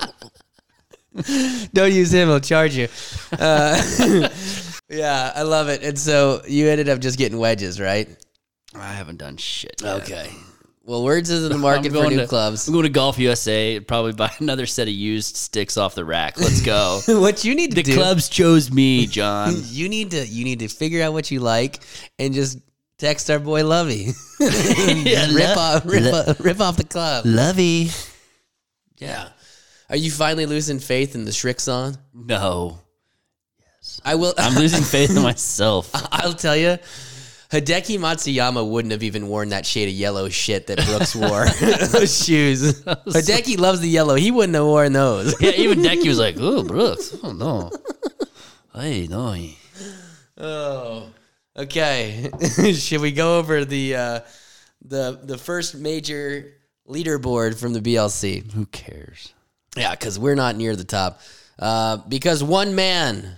Speaker 7: Don't use him; he'll charge you. Uh, <laughs> yeah, I love it. And so you ended up just getting wedges, right?
Speaker 6: I haven't done shit. yet.
Speaker 7: Okay. Well, words is in the market
Speaker 6: <laughs> I'm
Speaker 7: for
Speaker 6: going
Speaker 7: new
Speaker 6: to
Speaker 7: clubs.
Speaker 6: I'm going to Golf USA. Probably buy <laughs> another set of used sticks off the rack. Let's <laughs> go.
Speaker 7: <laughs> what you need to
Speaker 6: the
Speaker 7: do?
Speaker 6: clubs chose me, <laughs> John.
Speaker 7: You need to you need to figure out what you like and just text our boy
Speaker 6: <laughs>
Speaker 7: Lovey. <laughs> Just rip
Speaker 6: lo-
Speaker 7: off rip,
Speaker 6: lo-
Speaker 7: off, rip off the club.
Speaker 6: Lovey.
Speaker 7: Yeah. Are you finally losing faith in the Shrixon?
Speaker 6: No,
Speaker 7: I will.
Speaker 6: I'm losing faith in <laughs> myself.
Speaker 7: <laughs> I'll tell you, Hideki Matsuyama wouldn't have even worn that shade of yellow shit that Brooks wore. those
Speaker 6: <laughs>
Speaker 7: shoes. <laughs> Hideki loves the yellow. He wouldn't have worn those.
Speaker 6: Yeah, even Decky was like, "Oh, Brooks, oh <laughs> no, hey, no."
Speaker 7: Oh, okay. <laughs> Should we go over the uh, the the first major leaderboard from the BLC?
Speaker 6: Who cares?
Speaker 7: Yeah, because we're not near the top. Uh, because one man,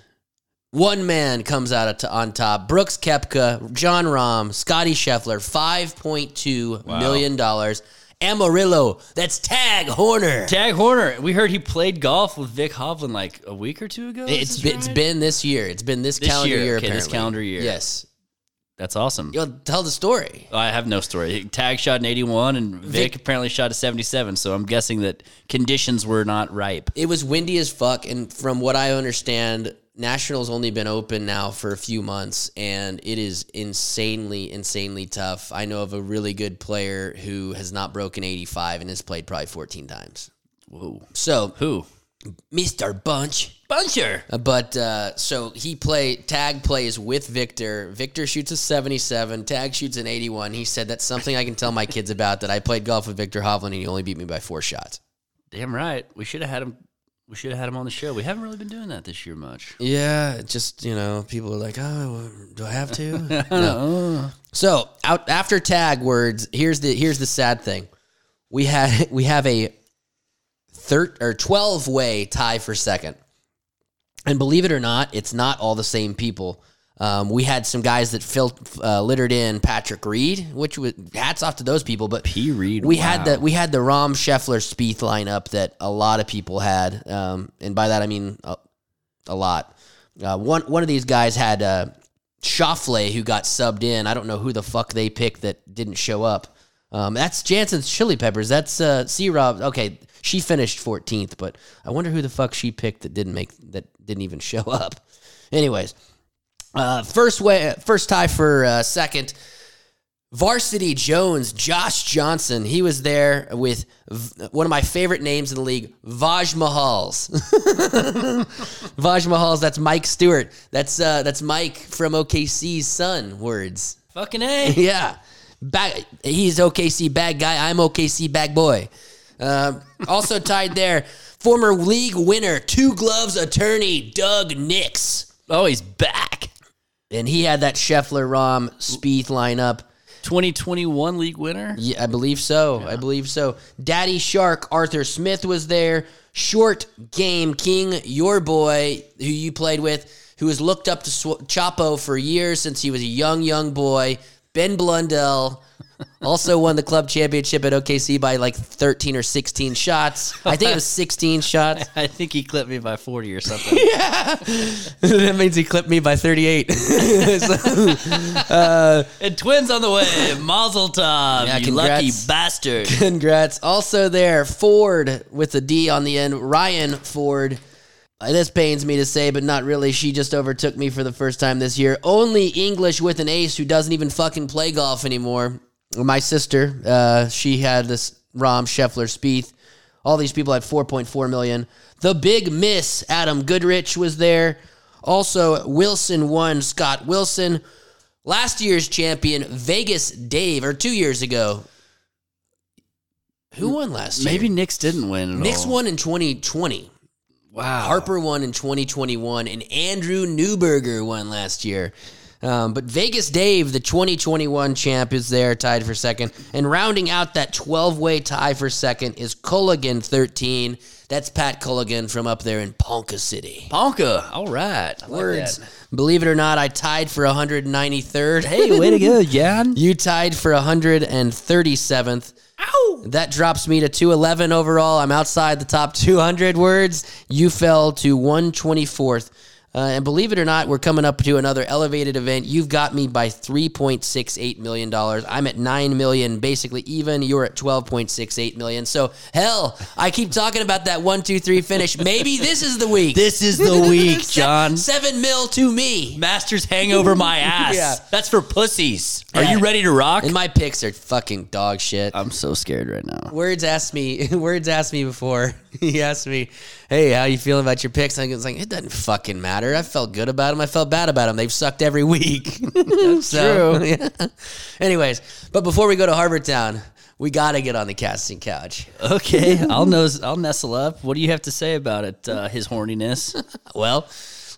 Speaker 7: one man comes out at- on top. Brooks Kepka, John Rahm, Scotty Scheffler, five point two million dollars. Amarillo, that's Tag Horner.
Speaker 6: Tag Horner. We heard he played golf with Vic Hovland like a week or two ago.
Speaker 7: It's
Speaker 6: Is
Speaker 7: been,
Speaker 6: this
Speaker 7: it's
Speaker 6: right?
Speaker 7: been this year. It's been this,
Speaker 6: This
Speaker 7: calendar
Speaker 6: year.
Speaker 7: year.
Speaker 6: Okay, this
Speaker 7: apparently.
Speaker 6: calendar year.
Speaker 7: Yes.
Speaker 6: that's awesome. Oh,
Speaker 7: You'll tell the story.
Speaker 6: I have no story. Tag shot an 81, and Vic, apparently shot a 77. So I'm guessing that conditions were not ripe.
Speaker 7: It was windy as fuck, and from what I understand, Nationals only been open now for a few months, and it is insanely, insanely tough. I know of a really good player who has not broken 85 and has played probably 14 times.
Speaker 6: Whoa.
Speaker 7: So,
Speaker 6: Who?
Speaker 7: Mr. Bunch.
Speaker 6: Buncher.
Speaker 7: But uh, so he play tag plays with Victor. Victor shoots a 77. Tag shoots an 81. He said that's something I can tell my kids about that I played golf with Victor Hovland and he only beat me by four shots.
Speaker 6: Damn right. We should have had him. We should have had him on the show. We haven't really been doing that this year much.
Speaker 7: Yeah, it just you know, people are like, oh, do I have
Speaker 6: <laughs>
Speaker 7: to?
Speaker 6: No.
Speaker 7: so out after tag words, here's the here's the sad thing. We had <laughs> we have a thir- or twelve way tie for second, and believe it or not, it's not all the same people. Um, we had some guys that filled, uh, littered in Patrick Reed, which was hats off to those people. But
Speaker 6: P. Reed,
Speaker 7: we
Speaker 6: wow.
Speaker 7: had the we had the Rom Scheffler Spieth lineup that a lot of people had, um, and by that I mean a, a lot. Uh, one one of these guys had uh, Shoffley who got subbed in. I don't know who the fuck they picked that didn't show up. Um, that's Jansen's Chili Peppers. That's uh, C Rob. Okay, she finished 14th, but I wonder who the fuck she picked that didn't make that didn't even <laughs> show up. Anyways, uh, first way, first tie for uh, second. Varsity Jones, Josh Johnson. He was there with v- one of my favorite names in the league, Vaj Mahals. <laughs> Vaj Mahals. That's Mike Stewart. That's uh, that's Mike from OKC's son. Words. <laughs>
Speaker 6: Fucking <laughs> A.
Speaker 7: Yeah. Bag, he's OKC bag guy. I'm OKC bag boy. Um, also tied there, former league winner, two gloves attorney, Doug Nix.
Speaker 6: oh, he's back.
Speaker 7: And he had that Scheffler, Rom, Spieth lineup.
Speaker 6: 2021 league winner.
Speaker 7: Yeah, I believe so. I believe so. Daddy Shark, Arthur Smith was there. Short Game King, your boy, who you played with, who has looked up to Sw- Chapo for years since he was a young, young boy. Ben Blundell also won the club championship at OKC by like 13 or 16 shots. I think it was 16 shots. <laughs>
Speaker 6: I think he clipped me by 40 or something.
Speaker 7: that means he clipped me by 38. So-
Speaker 6: <laughs> And twins on the way. Mazel tov,
Speaker 7: Yeah,
Speaker 6: you
Speaker 7: congrats.
Speaker 6: lucky bastard.
Speaker 7: <laughs> Congrats. Also there, Ford with a D on the end. Ryan Ford. Uh, This pains me to say, but not really. She just overtook me for the first time this year. Only English with an ace who doesn't even fucking play golf anymore. My sister, uh, she had this Rom Scheffler Spieth. All these people had 4.4 million. The big miss, Adam Goodrich, was there. Also, Wilson won, Scott Wilson. Last year's champion, Vegas Dave, or two years ago. Who won last year?
Speaker 6: <laughs> Maybe Knicks didn't win at
Speaker 7: Knicks
Speaker 6: all.
Speaker 7: won in 2020.
Speaker 6: Oh. Wow.
Speaker 7: Harper won in 2021, and Andrew Newberger won last year. Um, but Vegas Dave, the 2021 champ, is there tied for second. And rounding out that 12 way tie for second is Culligan 13. That's Pat Culligan from up there in Ponca City.
Speaker 6: Ponca. All right. I like
Speaker 7: Words.
Speaker 6: that.
Speaker 7: Believe it or not, I tied for
Speaker 6: <laughs>
Speaker 7: 193rd.
Speaker 6: Hey, way to go, Jan.
Speaker 7: <laughs> You tied for 137th. Ow! That drops me to 211 overall. I'm outside the top 200 words. You fell to 124th. Uh, and believe it or not, we're coming up to another elevated event. You've got me by 3.68 million dollars. I'm at 9 million, basically even. You're at 12.68 million. So hell, I keep talking about that one, two, three finish. Maybe this is the week.
Speaker 6: This is <laughs> the week,
Speaker 7: Se-
Speaker 6: John.
Speaker 7: Seven mil to me.
Speaker 6: Masters hangover <laughs> my ass.
Speaker 7: Yeah.
Speaker 6: That's for pussies. Are you ready to rock?
Speaker 7: And my picks are fucking dog shit.
Speaker 6: I'm so scared right now.
Speaker 7: Words asked me. <laughs> Words asked me before. <laughs> he asked me, "Hey, how you feeling about your picks?" I was like, "It doesn't fucking matter. I felt good about them. I felt bad about them. They've sucked every week." <laughs> That's <laughs> true. Anyways, but before we go to Harvard Town, we gotta get on the casting couch.
Speaker 6: <laughs> Okay, I'll nos- I'll nestle up. What do you have to say about it? Uh, his <laughs> horniness.
Speaker 7: Well,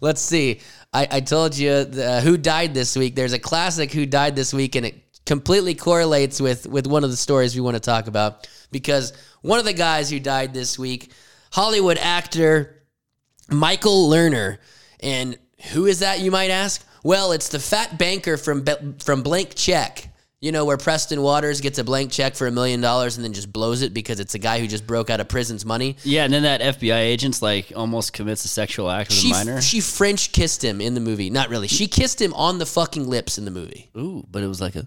Speaker 7: let's see. I, I told you the, uh, who died this week. There's a classic who died this week, and it completely correlates with with one of the stories we want to talk about because one of the guys who died this week, Hollywood actor Michael Lerner, and who is that? You might ask. Well, it's the fat banker from Be- from Blank Check. You know where Preston Waters gets a blank check for a million dollars and then just blows it because it's a guy who just broke out of prison's money.
Speaker 6: yeah, and then that FBI agent's like almost commits a sexual act with
Speaker 7: she,
Speaker 6: a minor.
Speaker 7: She French kissed him in the movie. Not really. She kissed him on the fucking lips in the movie.
Speaker 6: Ooh, but it was like a.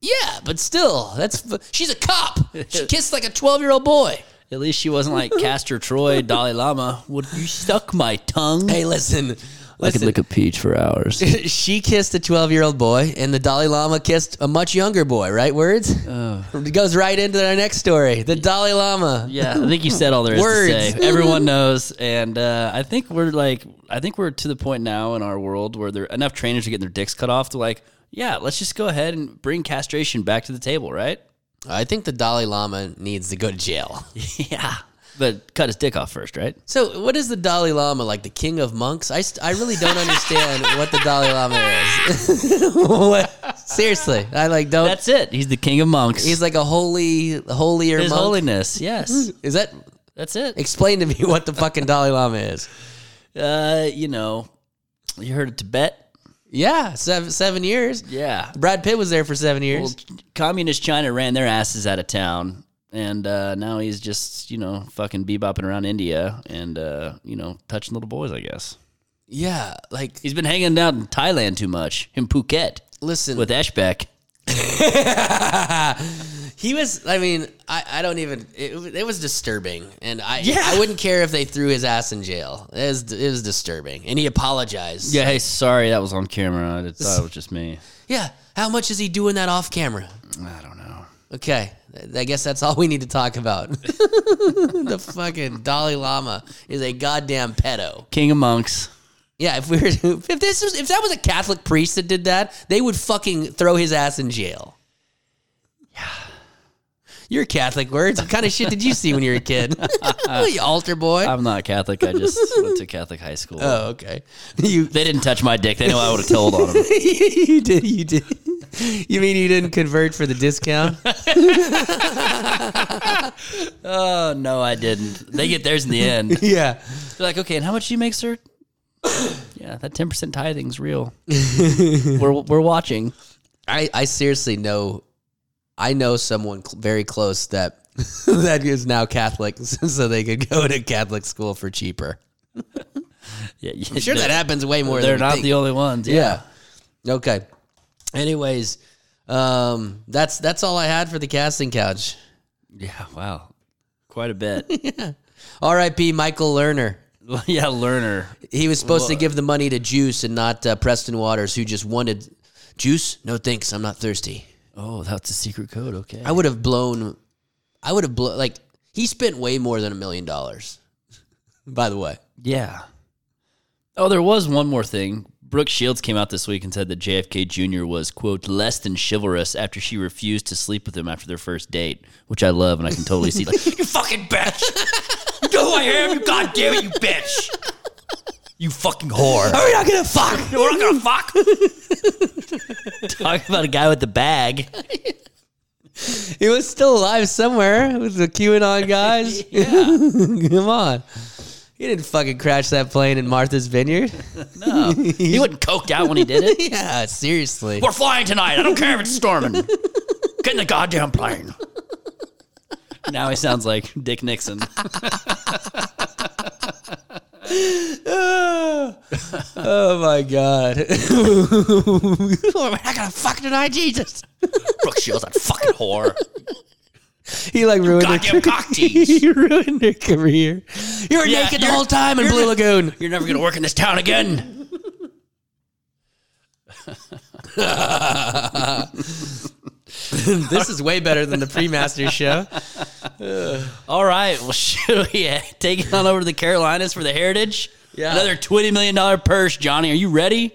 Speaker 7: Yeah, but still, that's f- she's a cop. <laughs> She kissed like a twelve-year-old boy.
Speaker 6: At least she wasn't like Castor <laughs> Troy, Dalai Lama. Would you suck my tongue?
Speaker 7: Hey, listen, listen.
Speaker 6: lick a peach for hours.
Speaker 7: <laughs> she kissed a twelve-year-old boy, and the Dalai Lama kissed a much younger boy. Right? Words. It goes right into our next story. The Dalai Lama.
Speaker 6: <laughs> Yeah, I think you said all there is
Speaker 7: Words.
Speaker 6: to say. Everyone knows, and uh, I think we're like, I think we're to the point now in our world where there enough trainers are getting their dicks cut off to like, yeah, let's just go ahead and bring castration back to the table, right?
Speaker 7: I think the Dalai Lama needs to go to jail.
Speaker 6: <laughs> Yeah, but cut his dick off first, right?
Speaker 7: So, what is the Dalai Lama like? The king of monks? I, st- I really
Speaker 6: <laughs>
Speaker 7: don't understand what the Dalai Lama is. <laughs> What- Seriously, I like don't.
Speaker 6: That's it. Oh. He's the king of monks.
Speaker 7: he's like a holy, holier
Speaker 6: his
Speaker 7: monk.
Speaker 6: holiness. <laughs> Yes,
Speaker 7: Is that?
Speaker 6: that's it.
Speaker 7: Explain to me what the fucking Dalai Lama is.
Speaker 6: Uh, you know, you heard of Tibet?
Speaker 7: Yeah, seven seven years.
Speaker 6: Yeah.
Speaker 7: Brad Pitt was there for seven
Speaker 6: Well,
Speaker 7: years.
Speaker 6: communist China ran their asses out of town, and uh, now he's just you know fucking bebopping around India and uh, you know touching little boys. I guess
Speaker 7: yeah, like
Speaker 6: he's been hanging out in Thailand too much in Phuket
Speaker 7: listen,
Speaker 6: with Ashbeck.
Speaker 7: <laughs> he was. I mean, I, I don't even. It, was- it was disturbing, and I I wouldn't care if they threw his ass in jail. It was, it was disturbing, and he apologized.
Speaker 6: Yeah, hey, sorry that was on camera. I thought it was just me.
Speaker 7: Yeah. How much is he doing that off camera?
Speaker 6: I don't know.
Speaker 7: Okay. I guess that's all we need to talk about. <laughs> the fucking Dalai Lama is a goddamn pedo.
Speaker 6: King of monks.
Speaker 7: Yeah, if we were if this was if that was a Catholic priest that did that, they would fucking throw his ass in jail. Yeah. You're Catholic words. What kind of shit did you see when you were
Speaker 6: <laughs>
Speaker 7: a kid? <laughs> you altar boy.
Speaker 6: I'm not Catholic. I <laughs> just went to Catholic high school.
Speaker 7: oh, okay. You <laughs>
Speaker 6: They didn't touch my dick. They know I would have told on them.
Speaker 7: you did you did. You mean you didn't convert for
Speaker 6: <laughs>
Speaker 7: the discount?
Speaker 6: <laughs> Oh no, I didn't. They get theirs in the <laughs> end.
Speaker 7: yeah.
Speaker 6: They're like, okay, and how much do you make, <laughs> sir? yeah, that ten percent tithing's <laughs> real. we're we're watching.
Speaker 7: I, I seriously know, I know someone cl- very close that <laughs> that is now Catholic, <laughs> so they could go to Catholic school for cheaper.
Speaker 6: Yeah, yeah
Speaker 7: I'm sure that happens way more.
Speaker 6: They're
Speaker 7: than we
Speaker 6: not
Speaker 7: think.
Speaker 6: the only ones. Yeah.
Speaker 7: yeah. Okay. Anyways, um, that's that's all I had for the casting couch.
Speaker 6: Yeah. Wow. Quite a <laughs> bit.
Speaker 7: R.I.P. Michael Lerner.
Speaker 6: Well, yeah, learner.
Speaker 7: He was supposed to give the money to Juice and not uh, Preston Waters, who just wanted Juice. No thanks, I'm not thirsty.
Speaker 6: Oh, that's a secret code. Okay.
Speaker 7: I would have blown. I would have blown. Like he spent way more than a million dollars. By the way,
Speaker 6: yeah. Oh, there was one more thing. Brooke Shields came out this week and said that JFK Jr. was quote less than chivalrous after she refused to sleep with him after their first date, which I love and I can totally see. <laughs> Like, you fucking bitch. You know who I am? You goddamn
Speaker 7: <laughs>
Speaker 6: it, you bitch. You fucking whore. <laughs>
Speaker 7: are we not gonna fuck?
Speaker 6: We're not gonna fuck. Talk about a guy with the bag.
Speaker 7: He was still alive somewhere with the <laughs> QAnon guys. Come on. He didn't fucking crash that plane in Martha's Vineyard. <laughs>
Speaker 6: No, Oh, he wasn't coked out when he did it.
Speaker 7: yeah, seriously.
Speaker 6: <laughs> We're flying tonight. I don't care if it's storming. Get in the goddamn plane. Now he sounds like Dick <laughs> Nixon.
Speaker 7: <laughs> Oh my God. <laughs> We're not gonna fuck tonight, Jesus.
Speaker 6: Brooke Shields, that fucking whore.
Speaker 7: He like ruined her
Speaker 6: Goddamn cock tease.
Speaker 7: <laughs> He ruined her career. You were
Speaker 6: Yeah,
Speaker 7: naked the
Speaker 6: you're-
Speaker 7: whole time in
Speaker 6: you're
Speaker 7: Blue
Speaker 6: the-
Speaker 7: <laughs> Lagoon.
Speaker 6: You're never gonna work in this town again.
Speaker 7: this is way better than the <laughs> pre-master show.
Speaker 6: All right. Well, <laughs> should we uh, take it on over to the Carolinas for the Heritage?
Speaker 7: Yeah.
Speaker 6: Another twenty million dollar purse, Johnny. Are you ready?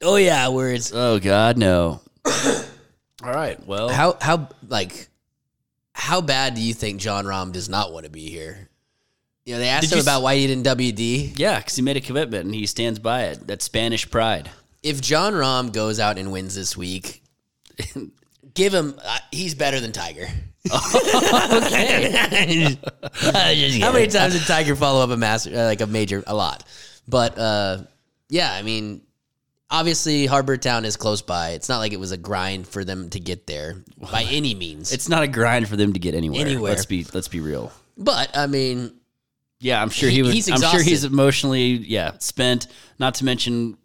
Speaker 7: Oh yeah, words.
Speaker 6: Oh God,
Speaker 7: <coughs>
Speaker 6: no. All right. Well,
Speaker 7: How how like how bad do you think John Rom does not want to be here? You know, they asked
Speaker 6: Did
Speaker 7: him
Speaker 6: you s-
Speaker 7: about why he didn't WD.
Speaker 6: yeah, because he made a commitment and he stands by it. That's Spanish
Speaker 7: <laughs>
Speaker 6: pride.
Speaker 7: If John Rom goes out and wins this week, <laughs> give him uh, he's better than Tiger. okay.
Speaker 6: <laughs>
Speaker 7: How <laughs> many times did Tiger follow up a master uh, like a major a lot? But uh yeah, I mean obviously Harbor Town is close by. It's not like it was a grind for them to get there by any means.
Speaker 6: It's not a grind for them to get anywhere.
Speaker 7: Anywhere.
Speaker 6: Let's be let's be real.
Speaker 7: but I mean,
Speaker 6: Yeah, I'm sure
Speaker 7: He-
Speaker 6: he, was.
Speaker 7: he's
Speaker 6: I'm sure he's
Speaker 7: exhausted.
Speaker 6: emotionally yeah spent. Not to mention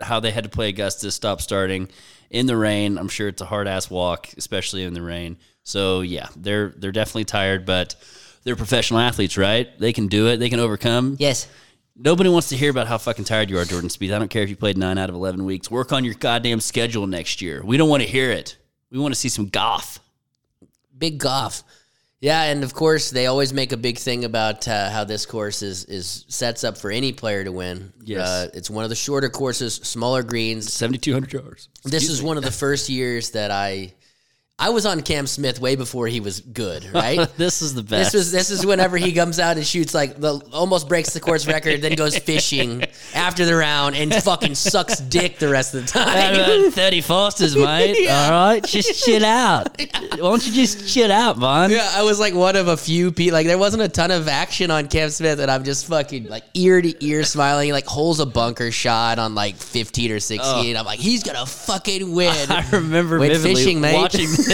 Speaker 6: how they had to play Augustus, stop starting in the rain. I'm sure it's a hard ass walk, especially in the rain. So yeah, they're they're definitely tired, but they're professional athletes, right? They can do it. They can overcome.
Speaker 7: yes.
Speaker 6: Nobody wants to hear about how fucking tired you are, Jordan Spieth. I don't care if you played nine out of eleven weeks. Work on your goddamn schedule next year. We don't want to hear it. We want to see some golf.
Speaker 7: big golf. Yeah, and of course they always make a big thing about uh, how this course is is sets up for any player to win.
Speaker 6: Yes.
Speaker 7: Uh, it's one of the shorter courses, smaller greens.
Speaker 6: Seventy two hundred yards.
Speaker 7: This is one of
Speaker 6: <laughs>
Speaker 7: the first years that I I was on Cam Smith way before he was good, right?
Speaker 6: <laughs> This is the best.
Speaker 7: This was this is whenever he comes out and shoots like the almost breaks the course record, then goes fishing after the round and fucking sucks dick the rest of the
Speaker 6: Had <laughs>
Speaker 7: time.
Speaker 6: about 30 fosters, mate. All right. Just chill <laughs> out. Why don't you just chill out, Vaughn?
Speaker 7: <laughs> Yeah, I was like one of a few people. Like there wasn't a ton of action on Cam Smith, and I'm just fucking like ear to ear smiling. Like holes a bunker shot on like 15 or 16. I'm like, he's gonna
Speaker 6: <laughs>
Speaker 7: fucking win.
Speaker 6: I remember
Speaker 7: Went
Speaker 6: vividly
Speaker 7: fishing, mate. <laughs>
Speaker 6: watching this.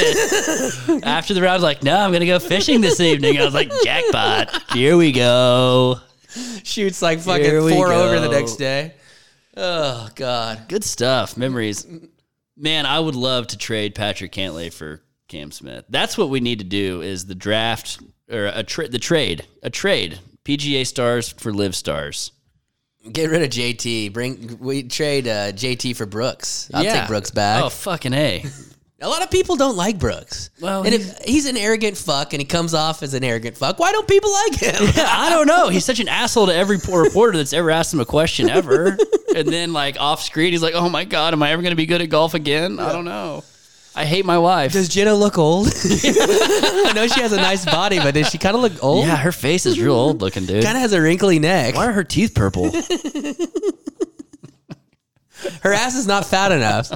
Speaker 6: After the round, I was like, no, I'm going to go fishing this evening. I was like, jackpot. Here we go.
Speaker 7: Shoots like fucking
Speaker 6: Here we
Speaker 7: four over the
Speaker 6: go.
Speaker 7: next day. Oh god.
Speaker 6: Good stuff. Memories. Man, I would love to trade Patrick Cantlay for Cam Smith. That's what we need to do is the draft or a tra- the trade. A trade. PGA stars for live stars.
Speaker 7: Get rid of JT. Bring we trade uh, JT for Brooks. I'll
Speaker 6: Yeah.
Speaker 7: take Brooks back.
Speaker 6: Oh, fucking A.
Speaker 7: A lot of people don't like Brooks.
Speaker 6: Well,
Speaker 7: and if he's an arrogant fuck, and he comes off as an arrogant fuck. Why don't people like him?
Speaker 6: <laughs> Yeah, I don't know. He's such an asshole to every poor reporter that's ever asked him a question ever. and then like off screen, he's like, "Oh my god, am I ever going to be good at golf again? I don't know. I hate my wife."
Speaker 7: <laughs> Does Jenna look old? I know she has a nice body, but does she kind of look
Speaker 6: <laughs>
Speaker 7: old?
Speaker 6: yeah, her face is real old looking, dude.
Speaker 7: Kind of has a wrinkly neck.
Speaker 6: Why are her teeth purple?
Speaker 7: Her ass is not fat enough.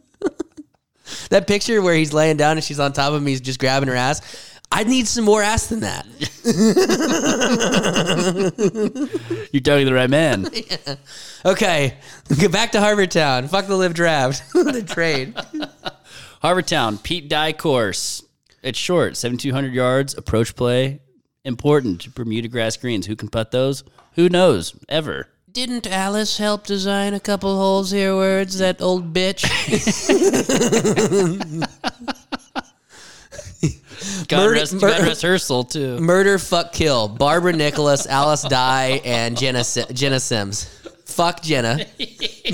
Speaker 7: <laughs> that picture where he's laying down and she's on top of him, he's just grabbing her ass. I need some more ass than that.
Speaker 6: You're talking to the right man.
Speaker 7: Okay, <laughs> get back to Harvard Town. Fuck the live draft. <laughs> the trade.
Speaker 6: Harvard Town, Pete Dye course. It's short, 7,200 yards, approach play. Important. Bermuda grass greens. Who can putt those? Who knows? Ever.
Speaker 7: Didn't Alice help design a couple holes here, words, that old bitch?
Speaker 6: God,
Speaker 7: Murray-
Speaker 6: rest,
Speaker 7: Mur-
Speaker 6: God rest her soul, too.
Speaker 7: <laughs> Murder, fuck, kill. Barbara Nicholas, Alice Dye, and Jenna, Si- Jenna Sims. Fuck Jenna.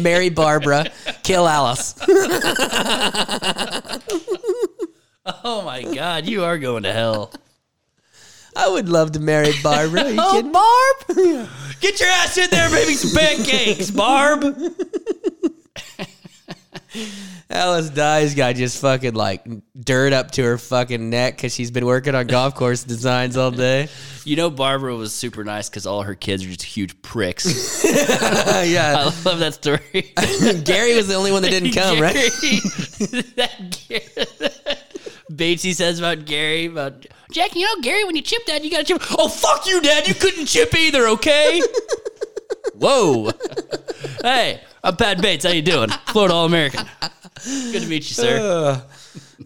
Speaker 7: Marry Barbara. Kill Alice. <laughs>
Speaker 6: Oh, my God. You are going to hell.
Speaker 7: I would love to marry Barbara. Are you kidding?
Speaker 6: Barb! Get your ass in there, baby. Some pancakes, Barb.
Speaker 7: Alice Dye's got just fucking like dirt up to her fucking neck because she's been working on golf course designs all day.
Speaker 6: You know, Barbara was super nice because all her kids are just huge pricks. <laughs> I
Speaker 7: Oh, yeah,
Speaker 6: love that story.
Speaker 7: <laughs> Gary was the only one that didn't come, right?
Speaker 6: Gary- that <laughs> Gary- Batesy says about Gary about Jack. You know, Gary, when you chip dad, you gotta chip. Oh fuck you, dad! You couldn't chip either.
Speaker 7: <laughs>
Speaker 6: Okay. Whoa. hey, I'm Pat Bates. How you doing? Florida All American. Good to meet you, sir.
Speaker 7: Ugh.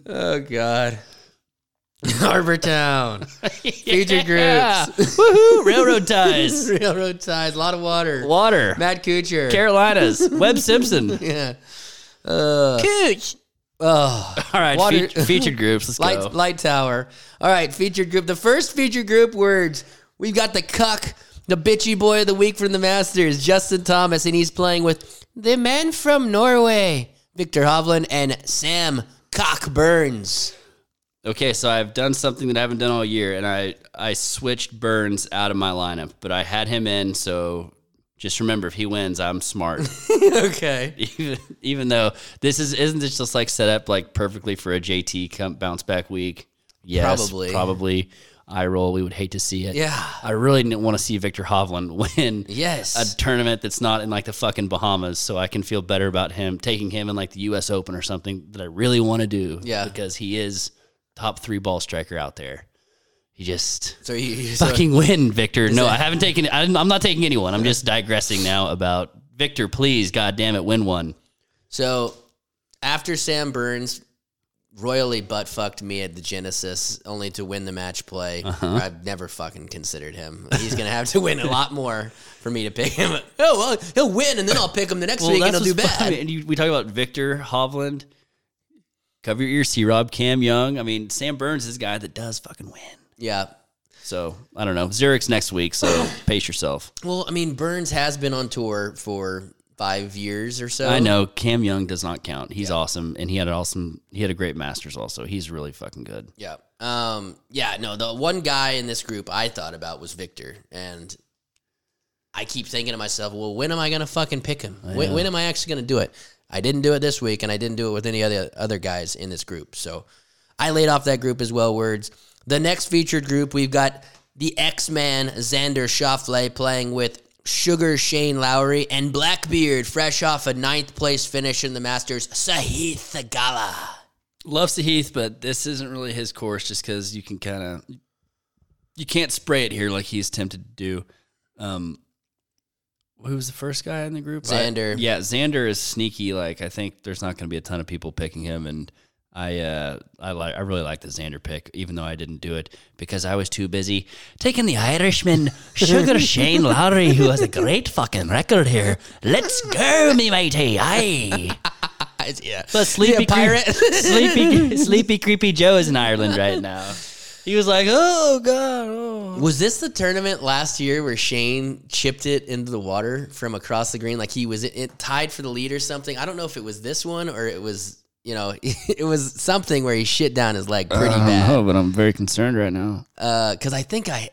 Speaker 7: oh God, Harbor <laughs> Town, future
Speaker 6: Yeah.
Speaker 7: groups, <laughs>
Speaker 6: Woohoo! Railroad ties.
Speaker 7: railroad ties, a lot of water.
Speaker 6: Water.
Speaker 7: Matt Kuchar,
Speaker 6: Carolinas. Webb Simpson.
Speaker 7: yeah, uh,
Speaker 6: Cooch.
Speaker 7: oh.
Speaker 6: All right,
Speaker 7: Water-
Speaker 6: feat- featured groups. Let's
Speaker 7: Light,
Speaker 6: go.
Speaker 7: Light Tower. All right, featured group. The first featured group words. We've got the cuck, the bitchy boy of the week from the Masters, Justin Thomas, and he's playing with the man from Norway, Victor Hovland, and Sam Cockburns. <laughs>
Speaker 6: Okay, so I've done something that I haven't done all year, and I I switched Burns out of my lineup, but I had him in. So just remember, if he wins, I'm
Speaker 7: <laughs>
Speaker 6: smart.
Speaker 7: okay.
Speaker 6: even, even though this is isn't this just like set up like perfectly for a JT come bounce back week? Yes,
Speaker 7: Probably.
Speaker 6: probably. I roll. We would hate to see it.
Speaker 7: Yeah.
Speaker 6: I really didn't want to see Victor Hovland <laughs> win.
Speaker 7: Yes.
Speaker 6: A tournament that's not in like the fucking Bahamas, so I can feel better about him taking him in like the U.S. Open or something that I really want to do.
Speaker 7: Yeah.
Speaker 6: because he is top three ball striker out there. He just
Speaker 7: so you, you- <laughs> so-
Speaker 6: fucking win, Victor. No,
Speaker 7: that-
Speaker 6: I haven't taken. I'm, I'm not taking anyone. I'm just digressing now about Victor. Please, God damn it, win one.
Speaker 7: so after Sam Burns royally butt fucked me at the Genesis, only to win the match play.
Speaker 6: Uh-huh.
Speaker 7: I've never fucking considered him. He's gonna have to win a lot more for me to pick him. <laughs> Oh well, he'll win, and then I'll pick him the next week, and he'll do
Speaker 6: what's
Speaker 7: bad.
Speaker 6: fun. And you, we talk about Victor Hovland. Cover your ears, C. Rob, Cam Young. I mean, Sam Burns is a guy that does fucking win.
Speaker 7: Yeah.
Speaker 6: So I don't know. Zurich's next week, <coughs> so pace yourself.
Speaker 7: Well, I mean, Burns has been on tour for five years or so.
Speaker 6: I know Cam Young does not count. He's awesome, and he had an awesome. He had a great Masters. Also, he's really fucking good.
Speaker 7: Yeah. Um. Yeah. No. The one guy in this group I thought about was Victor, and I keep thinking to myself, "Well, when am I gonna fucking pick him? When, when am I actually gonna do it?" I didn't do it this week, and I didn't do it with any other other guys in this group. So I laid off that group as well. Words. The next featured group we've got the X Man Xander Schauffele playing with Sugar Shane Lowry and Blackbeard, fresh off a ninth place finish in the Masters, Sahith Gala.
Speaker 6: Love Heath, but this isn't really his course, just because you can kind of you can't spray it here like he's tempted to do. Um, who was the first guy in the group? I-
Speaker 7: Xander.
Speaker 6: yeah, Xander is sneaky. Like I think there's not going to be a ton of people picking him, and I uh, I like I really like the Xander pick, even though I didn't do it because I was too busy taking the Irishman Sugar Shane Lowry, who has a great fucking record here. Let's go, me matey! Aye.
Speaker 7: Yeah.
Speaker 6: But sleepy
Speaker 7: Yeah, pirate.
Speaker 6: creep- <laughs>
Speaker 7: <laughs>
Speaker 6: sleepy, sleepy, creepy Joe is in Ireland right now. He was like, "Oh God, oh."
Speaker 7: Was this the tournament last year where Shane chipped it into the water from across the green? Like he was it, it tied for the lead or something? I don't know if it was this one or it was, you know, <laughs> it was something where he shit down his leg pretty bad.
Speaker 6: but I'm very concerned right now.
Speaker 7: Because I think I,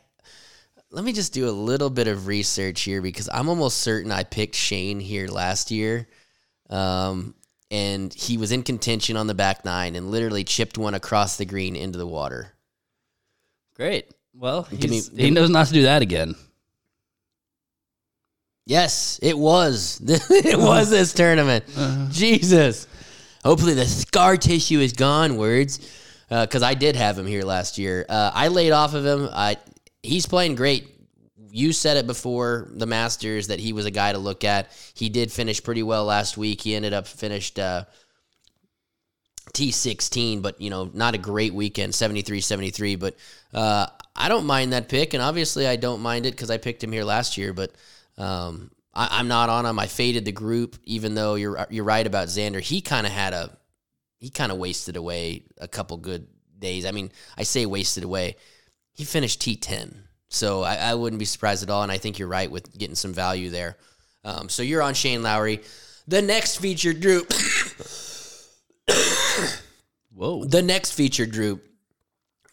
Speaker 7: let me just do a little bit of research here because I'm almost certain I picked Shane here last year. Um, and he was in contention on the back nine and literally chipped one across the green into the water.
Speaker 6: Great. Well,
Speaker 7: Give me-
Speaker 6: he's- he knows not to do that again.
Speaker 7: Yes, it was. <laughs> it was this tournament. Jesus. Hopefully the scar tissue is gone. Words, because I did have him here last year. Uh, I laid off of him. I he's playing great. You said it before the Masters that he was a guy to look at. He did finish pretty well last week. He ended up finished uh, T16, but you know, not a great weekend, 73-73, but uh, I don't mind that pick and obviously I don't mind it cuz I picked him here last year, but um, I, I'm not on him. I faded the group even though you're you're right about Xander. He kind of had a he kind of wasted away a couple good days. I mean, I say wasted away. He finished T10. So I, I wouldn't be surprised at all. And I think you're right with getting some value there. Um, so you're on Shane Lowry. The next featured group
Speaker 6: Whoa.
Speaker 7: The next featured group,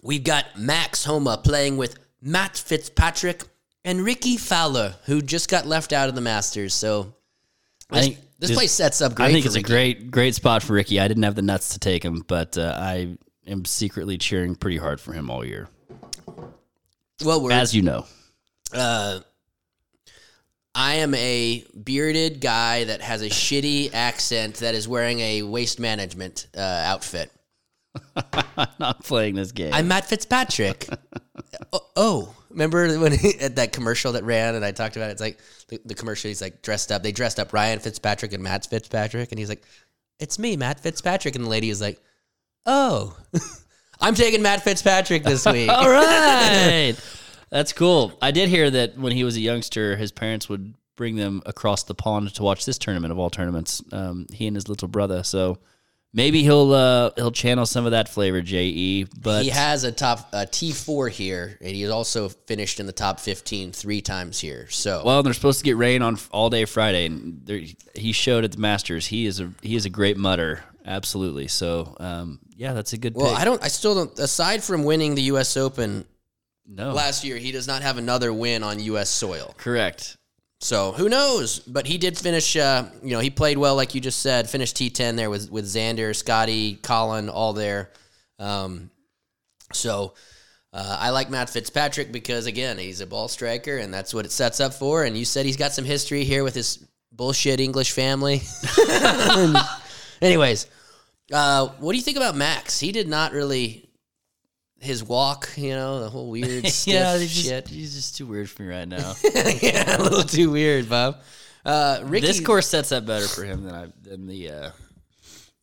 Speaker 7: we've got Max Homa playing with Matt Fitzpatrick and Ricky Fowler, who just got left out of the Masters. So
Speaker 6: I think
Speaker 7: This place sets up great.
Speaker 6: I think
Speaker 7: for
Speaker 6: it's
Speaker 7: Ricky.
Speaker 6: a great, great spot for Ricky. I didn't have the nuts to take him, but uh, I am secretly cheering pretty hard for him all year,
Speaker 7: Well, we're,
Speaker 6: as you know.
Speaker 7: uh, I am a bearded guy that has a shitty accent that is wearing a waste management uh, outfit.
Speaker 6: Not playing this game.
Speaker 7: I'm Matt
Speaker 6: <laughs>
Speaker 7: Fitzpatrick. oh, oh, remember when he, at that commercial that ran and I talked about it? It's like the, the commercial. He's like dressed up. They dressed up Ryan Fitzpatrick and Matt Fitzpatrick, and he's like, "It's me, Matt Fitzpatrick." And the lady is like, "Oh, <laughs> I'm taking Matt Fitzpatrick this
Speaker 6: <laughs>
Speaker 7: week."
Speaker 6: all right, that's cool. I did hear that when he was a youngster, his parents would bring them across the pond to watch this tournament of all tournaments. Um, he and his little brother. So maybe he'll uh, he'll channel some of that flavor, Je. But
Speaker 7: <laughs> he has a top a T four here, and he's also finished in the top 15 three times here. So
Speaker 6: Well, they're supposed to get rain on all day Friday, and there, he showed at the Masters. He is a he is a great mutter, absolutely. So, um, yeah, that's a good.
Speaker 7: Well,
Speaker 6: pick.
Speaker 7: I don't. I still don't. Aside from winning the U.S. Open
Speaker 6: no,
Speaker 7: last year, he does not have another win on U.S. soil.
Speaker 6: correct.
Speaker 7: So who knows? But he did finish. Uh, you know, he played well, like you just said. Finished T ten there with with Xander, Scotty, Colin, all there. Um, so uh, I like Matt Fitzpatrick because again, he's a ball striker, and that's what it sets up for. And you said he's got some history here with his bullshit English family. <laughs> Anyways, uh, what do you think about Max? He did not really his walk. You know, the whole weird
Speaker 6: <laughs> <laughs>
Speaker 7: stiff
Speaker 6: Yeah, he's
Speaker 7: shit.
Speaker 6: just, he's just too weird for me right <laughs> now.
Speaker 7: <laughs> yeah, a little too weird, Bob. Uh, Ricky
Speaker 6: this course sets up better for him than I than the uh,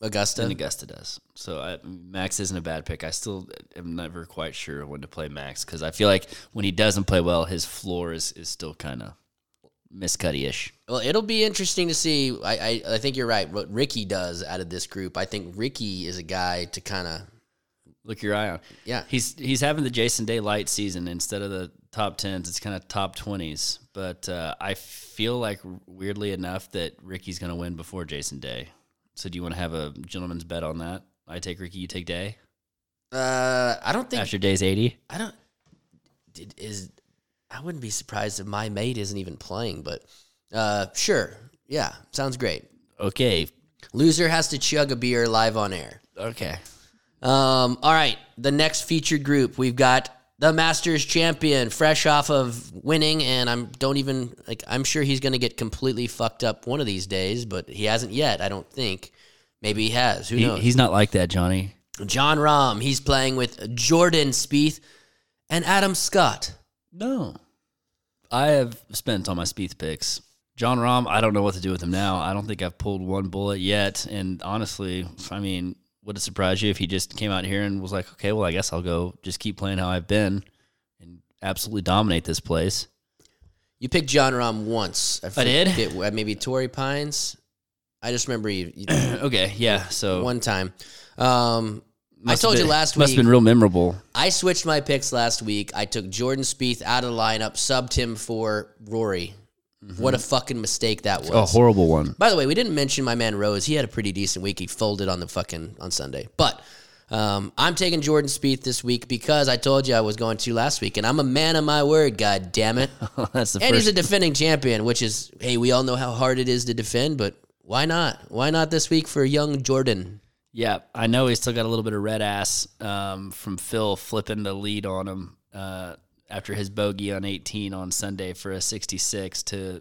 Speaker 7: Augusta.
Speaker 6: than Augusta does. So I, Max isn't a bad pick. I still am never quite sure when to play Max because I feel like when he doesn't play well, his floor is is still kind of miscutty ish.
Speaker 7: Well, it'll be interesting to see. I, I I think you're right. What Ricky does out of this group, I think Ricky is a guy to kind of
Speaker 6: look your eye on.
Speaker 7: Yeah.
Speaker 6: he's he's having the Jason Day light season instead of the top tens. It's kind of top twenties, but uh, I feel like weirdly enough that Ricky's going to win before Jason Day. So do you want to have a gentleman's bet on that? I take Ricky, you take Day
Speaker 7: uh I don't think
Speaker 6: after Day's eighty.
Speaker 7: I don't did, is I wouldn't be surprised if my mate isn't even playing, but uh sure. Yeah, sounds great.
Speaker 6: Okay,
Speaker 7: Loser has to chug a beer live on air.
Speaker 6: okay.
Speaker 7: Um, all right, the next featured group we've got the Masters champion, fresh off of winning, and I'm don't even like I'm sure he's going to get completely fucked up one of these days, but he hasn't yet. I don't think. Maybe he has. Who
Speaker 6: He,
Speaker 7: knows?
Speaker 6: he's not like that, Johnny.
Speaker 7: John Rahm. He's playing with Jordan Spieth and Adam Scott.
Speaker 6: No, I have spent all my Spieth picks. John Rahm, I don't know what to do with him now. I don't think I've pulled one bullet yet. And honestly, I mean, would it surprise you if he just came out here and was like, okay, well, I guess I'll go just keep playing how I've been and absolutely dominate this place? <clears throat>
Speaker 7: You picked John Rahm once. I,
Speaker 6: did?
Speaker 7: forget- uh, maybe Torrey Pines. I just remember you, you
Speaker 6: <clears throat> okay, yeah. So
Speaker 7: one time. Um, I
Speaker 6: must
Speaker 7: told
Speaker 6: have
Speaker 7: you
Speaker 6: been-
Speaker 7: last
Speaker 6: must
Speaker 7: week.
Speaker 6: have been real memorable.
Speaker 7: I switched my picks last week. I took Jordan Spieth out of the lineup, subbed him for Rory. What a fucking mistake that was.
Speaker 6: A horrible one.
Speaker 7: By the way, we didn't mention my man Rose. He had a pretty decent week. He folded on the fucking on Sunday. But um, I'm taking Jordan Spieth this week because I told you I was going to last week, and I'm a man of my word. God damn it!
Speaker 6: <laughs> That's the
Speaker 7: and he's
Speaker 6: first.
Speaker 7: a defending champion, which is hey, we all know how hard it is to defend, but why not? Why not this week for young Jordan?
Speaker 6: yeah, I know he's still got a little bit of red ass um, from Phil flipping the lead on him uh, after his bogey on 18 on Sunday for a 66 to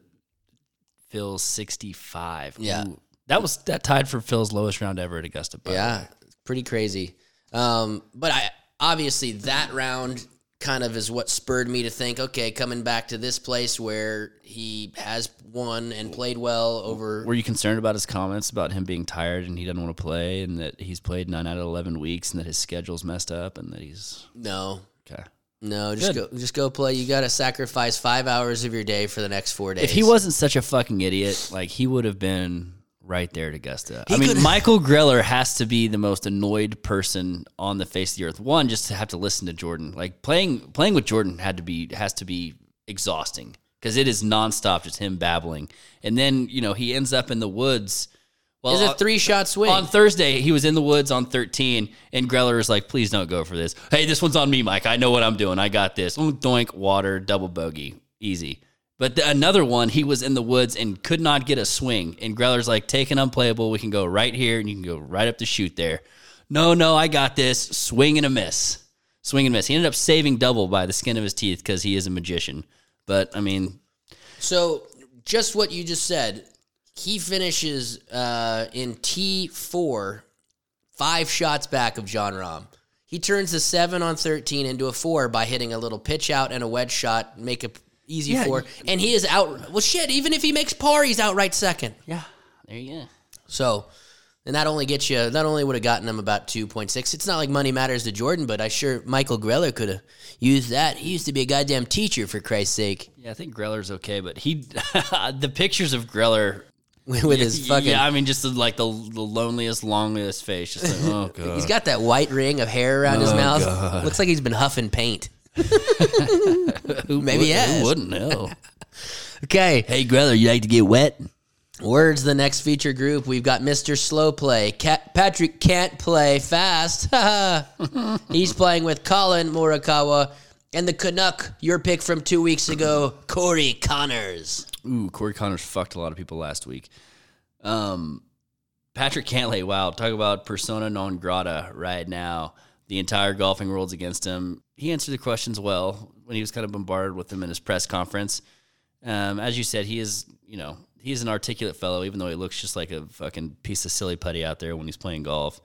Speaker 6: Phil's 65.
Speaker 7: Yeah.
Speaker 6: Ooh. That was that tied for Phil's lowest round ever at Augusta. by the way.
Speaker 7: Yeah, pretty crazy. Um, but I obviously that round kind of is what spurred me to think, okay, coming back to this place where he has won and played well over.
Speaker 6: Were you concerned about his comments about him being tired and he doesn't want to play and that he's played nine out of 11 weeks and that his schedule's messed up and that he's
Speaker 7: No,
Speaker 6: okay?
Speaker 7: no, just
Speaker 6: Good.
Speaker 7: go, just go play. You got to sacrifice five hours of your day for the next four days.
Speaker 6: If he wasn't such a fucking idiot, like he would have been right there at Augusta. I mean,
Speaker 7: could-
Speaker 6: Michael Greller has to be the most annoyed person on the face of the earth. One, just to have to listen to Jordan. Like playing playing with Jordan had to be has to be exhausting because it is nonstop, just him babbling. And then you know he ends up in the woods. Well, uh,
Speaker 7: it's a three shot swing.
Speaker 6: on Thursday, he was in the woods on 13, and Greller was like, please don't go for this. Hey, this one's on me, Mike. I know what I'm doing. I got this. Mm, Doink, water, double bogey. Easy. But the, another one, he was in the woods and could not get a swing. And Growler's like, take an unplayable. We can go right here and you can go right up the chute there. No, no, I got this. Swing and a miss. Swing and miss. He ended up saving double by the skin of his teeth because he is a magician. But I mean,
Speaker 7: So, just what you just said, he finishes uh, in T4, five shots back of John Rahm. He turns the seven on 13 into a four by hitting a little pitch out and a wedge shot, make a p- easy
Speaker 6: Yeah,
Speaker 7: four. And he is out. Well, shit, even if he makes par, he's outright second.
Speaker 6: yeah, there you go.
Speaker 7: So, and that only gets you, that only would have gotten him about 2.6. It's not like money matters to Jordan, but I sure Michael Greller could have used that. He used to be a goddamn teacher, for Christ's sake, <laughs>
Speaker 6: Yeah, I think Greller's okay, but he, <laughs> the pictures of Greller,
Speaker 7: with his fucking.
Speaker 6: yeah, I mean, just the, like the, the loneliest, loneliest face. Just like, <laughs> oh god,
Speaker 7: He's got that white ring of hair around his mouth. Looks like he's been huffing paint.
Speaker 6: who
Speaker 7: maybe
Speaker 6: would,
Speaker 7: he has.
Speaker 6: who wouldn't know?
Speaker 7: Okay.
Speaker 6: <laughs> hey, Greller, you like to get wet?
Speaker 7: Words the next feature group. We've got Mr. Slow Play. Ca- Patrick can't play fast. <laughs> he's playing with Colin Murakawa and the Canuck, your pick from two weeks ago, Corey Connors.
Speaker 6: Ooh, Corey Connors fucked a lot of people last week. Um, Patrick Cantlay, wow, talk about persona non grata right now. The entire golfing world's against him. He answered the questions well when he was kind of bombarded with them in his press conference. Um, as you said, he is, you know, he's an articulate fellow, even though he looks just like a fucking piece of silly putty out there when he's playing golf,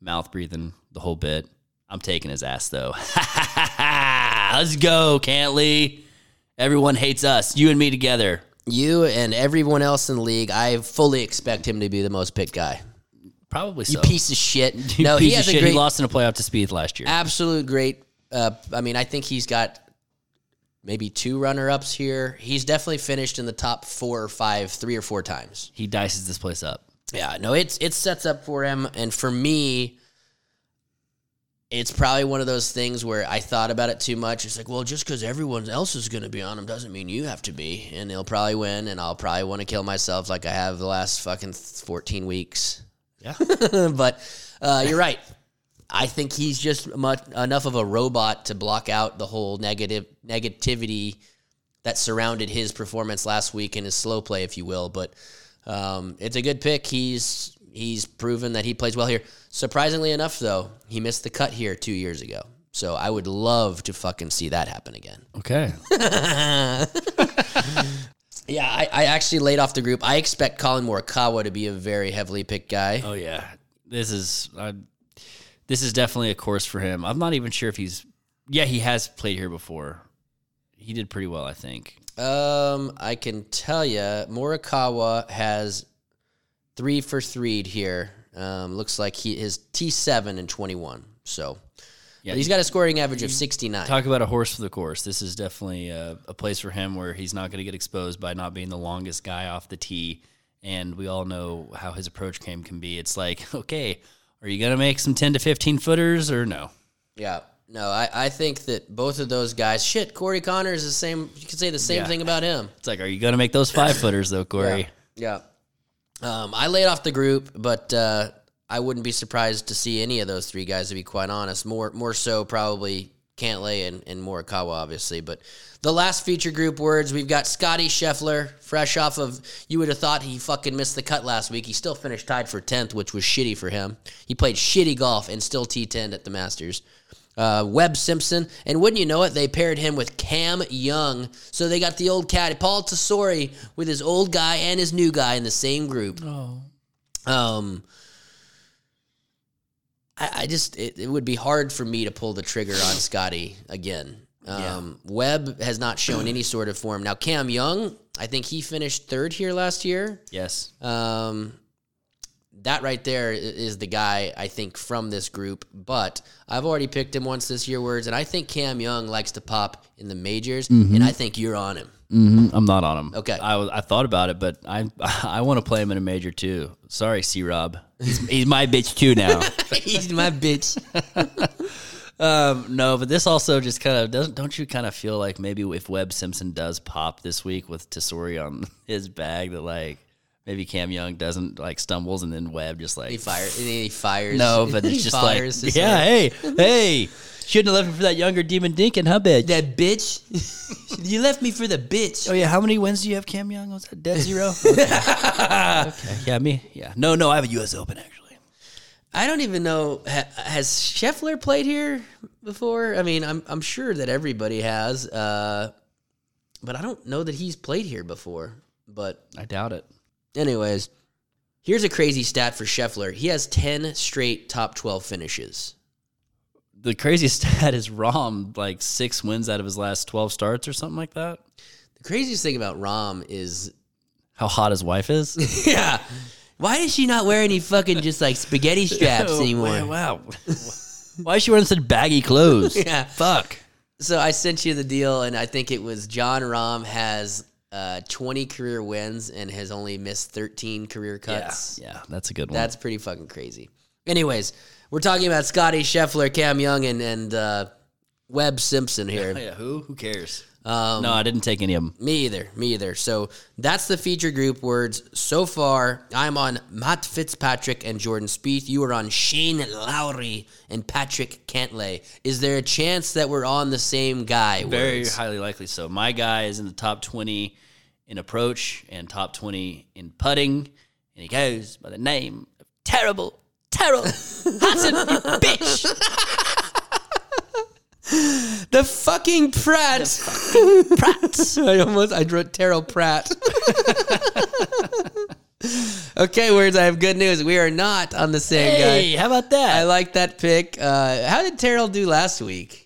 Speaker 6: mouth breathing the whole bit. I'm taking his ass though. <laughs> Let's go, Cantley. Everyone hates us, you and me together.
Speaker 7: You and everyone else in the league, I fully expect him to be the most picked guy.
Speaker 6: Probably
Speaker 7: You
Speaker 6: so.
Speaker 7: piece of
Speaker 6: <laughs>
Speaker 7: shit.
Speaker 6: You
Speaker 7: No,
Speaker 6: piece
Speaker 7: he
Speaker 6: of
Speaker 7: has a
Speaker 6: shit.
Speaker 7: great
Speaker 6: He lost in a playoff to Speed last year.
Speaker 7: absolute great. Uh, I mean, I think he's got maybe two runner ups here. He's definitely finished in the top four or five, three or four times.
Speaker 6: He dices this place up.
Speaker 7: Yeah, no, it's it sets up for him, and for me, it's probably one of those things where I thought about it too much. It's like, well, just because everyone else is going to be on him doesn't mean you have to be, and he'll probably win, and I'll probably want to kill myself like I have the last fucking fourteen weeks.
Speaker 6: Yeah.
Speaker 7: <laughs> but uh, you're right. I think he's just much, enough of a robot to block out the whole negative negativity that surrounded his performance last week and his slow play, if you will. But um, it's a good pick. He's he's proven that he plays well here. Surprisingly enough, though, he missed the cut here two years ago. So I would love to fucking see that happen again. <laughs>
Speaker 6: Okay.
Speaker 7: Yeah, I, I actually laid off the group. I expect Colin Morikawa to be a very heavily picked guy.
Speaker 6: oh yeah. This is I, this is definitely a course for him. I'm not even sure if he's yeah, he has played here before. He did pretty well, I think.
Speaker 7: Um, I can tell you, Morikawa has three for three here. Um, looks like he his T seven and twenty one. So
Speaker 6: Yeah.
Speaker 7: he's got a scoring average of sixty nine.
Speaker 6: Talk about a horse for the course. This is definitely a, a place for him where he's not going to get exposed by not being the longest guy off the tee. And we all know how his approach game can be. It's like, <laughs> okay, are you going to make some 10 to 15 footers or no?
Speaker 7: Yeah. No, I, I think that both of those guys. Shit, Corey Connors is the same. You could say the same
Speaker 6: Yeah.
Speaker 7: thing about him.
Speaker 6: It's like, are you going to make those five footers though, Corey?
Speaker 7: Yeah. Um, I laid off the group, but uh, I wouldn't be surprised to see any of those three guys. To be quite honest, more more so probably Cantlay and, and Morikawa, obviously. But the last feature group words we've got Scotty Scheffler, fresh off of you would have thought he fucking missed the cut last week. He still finished tied for tenth, which was shitty for him. He played shitty golf and still T ten at the Masters uh, Webb Simpson, and wouldn't you know it, they paired him with Cam Young. So they got the old cat, Paul Tesori, with his old guy and his new guy in the same group. Oh. Um, I, I just, it, it would be hard for me to pull the trigger on Scotty again. Um, Webb has not shown any sort of form. Now, Cam Young, I think he finished third here last year.
Speaker 6: Yes.
Speaker 7: Um, that right there i- is the guy I think from this group. But I've already picked him once this year, words, and I think Cam Young likes to pop in the majors,
Speaker 6: Mm-hmm.
Speaker 7: and I think you're on him. <laughs>
Speaker 6: I'm not on him.
Speaker 7: Okay.
Speaker 6: I, was- I thought about it, but I <laughs> I want to play him in a major too. Sorry, C Rob. He's, he's my bitch too
Speaker 7: <laughs>
Speaker 6: now.
Speaker 7: He's
Speaker 6: <laughs>
Speaker 7: my bitch.
Speaker 6: um, no, but this also just kind of doesn't. Don't you kind of feel <laughs> like maybe if Webb Simpson does pop this week with Tesori on his bag, that like Maybe Cam Young doesn't like stumbles and then Webb just like
Speaker 7: He fires. He fires.
Speaker 6: <laughs> No, but
Speaker 7: <laughs> He
Speaker 6: it's just like
Speaker 7: fires. It's
Speaker 6: yeah,
Speaker 7: like,
Speaker 6: hey, hey, shouldn't have left me for that younger Demon Dinkin, huh, bitch?
Speaker 7: that bitch. <laughs> you left me for the bitch.
Speaker 6: Oh yeah, how many wins do you have, Cam Young? Was that dead zero? <laughs> okay. okay, yeah, me, yeah. No, no, I have a U.S. Open actually.
Speaker 7: I don't even know. Ha, has Scheffler played here before? I mean, I'm I'm sure that everybody has, uh, but I don't know that he's played here before. But
Speaker 6: I doubt it.
Speaker 7: anyways, here's a crazy stat for Scheffler. He has ten straight top twelve finishes.
Speaker 6: The craziest <laughs> stat is Rom like six wins out of his last twelve starts or something like that.
Speaker 7: The craziest thing about Rom is, <laughs>
Speaker 6: How hot his wife <laughs> is.
Speaker 7: yeah, why does she not wear any fucking just
Speaker 6: <laughs>
Speaker 7: like spaghetti straps
Speaker 6: Oh,
Speaker 7: anymore?
Speaker 6: <laughs> Wow. Why is she wearing such baggy <laughs> clothes?
Speaker 7: <laughs> Yeah.
Speaker 6: Fuck.
Speaker 7: So I sent you the deal, and I think it was John Rahm has uh, 20 career wins and has only missed 13 career cuts.
Speaker 6: Yeah, that's a good one.
Speaker 7: That's pretty fucking crazy. Anyways, we're talking about Scotty Scheffler, Cam Young, and, and uh, Webb Simpson here.
Speaker 6: oh, yeah. Who? Who cares? Um, no, I didn't take any of them.
Speaker 7: Me either. Me either. So that's the feature group words so far. I'm on Matt Fitzpatrick and Jordan Spieth. You are on Shane Lowry and Patrick Cantlay. Is there a chance that we're on the same guy?
Speaker 6: Very
Speaker 7: words?
Speaker 6: highly likely so. My guy is in the top 20 in approach and top 20 in putting, and he goes by the name of Terrible Terrell Hudson, you bitch.
Speaker 7: The fucking Pratt. <laughs> Pratt. I almost I wrote Terrell Pratt. <laughs> okay, words. I have good news. We are not on the same
Speaker 6: Hey,
Speaker 7: guy.
Speaker 6: how about
Speaker 7: I
Speaker 6: that?
Speaker 7: like that pick. Uh, how did Terrell do last week?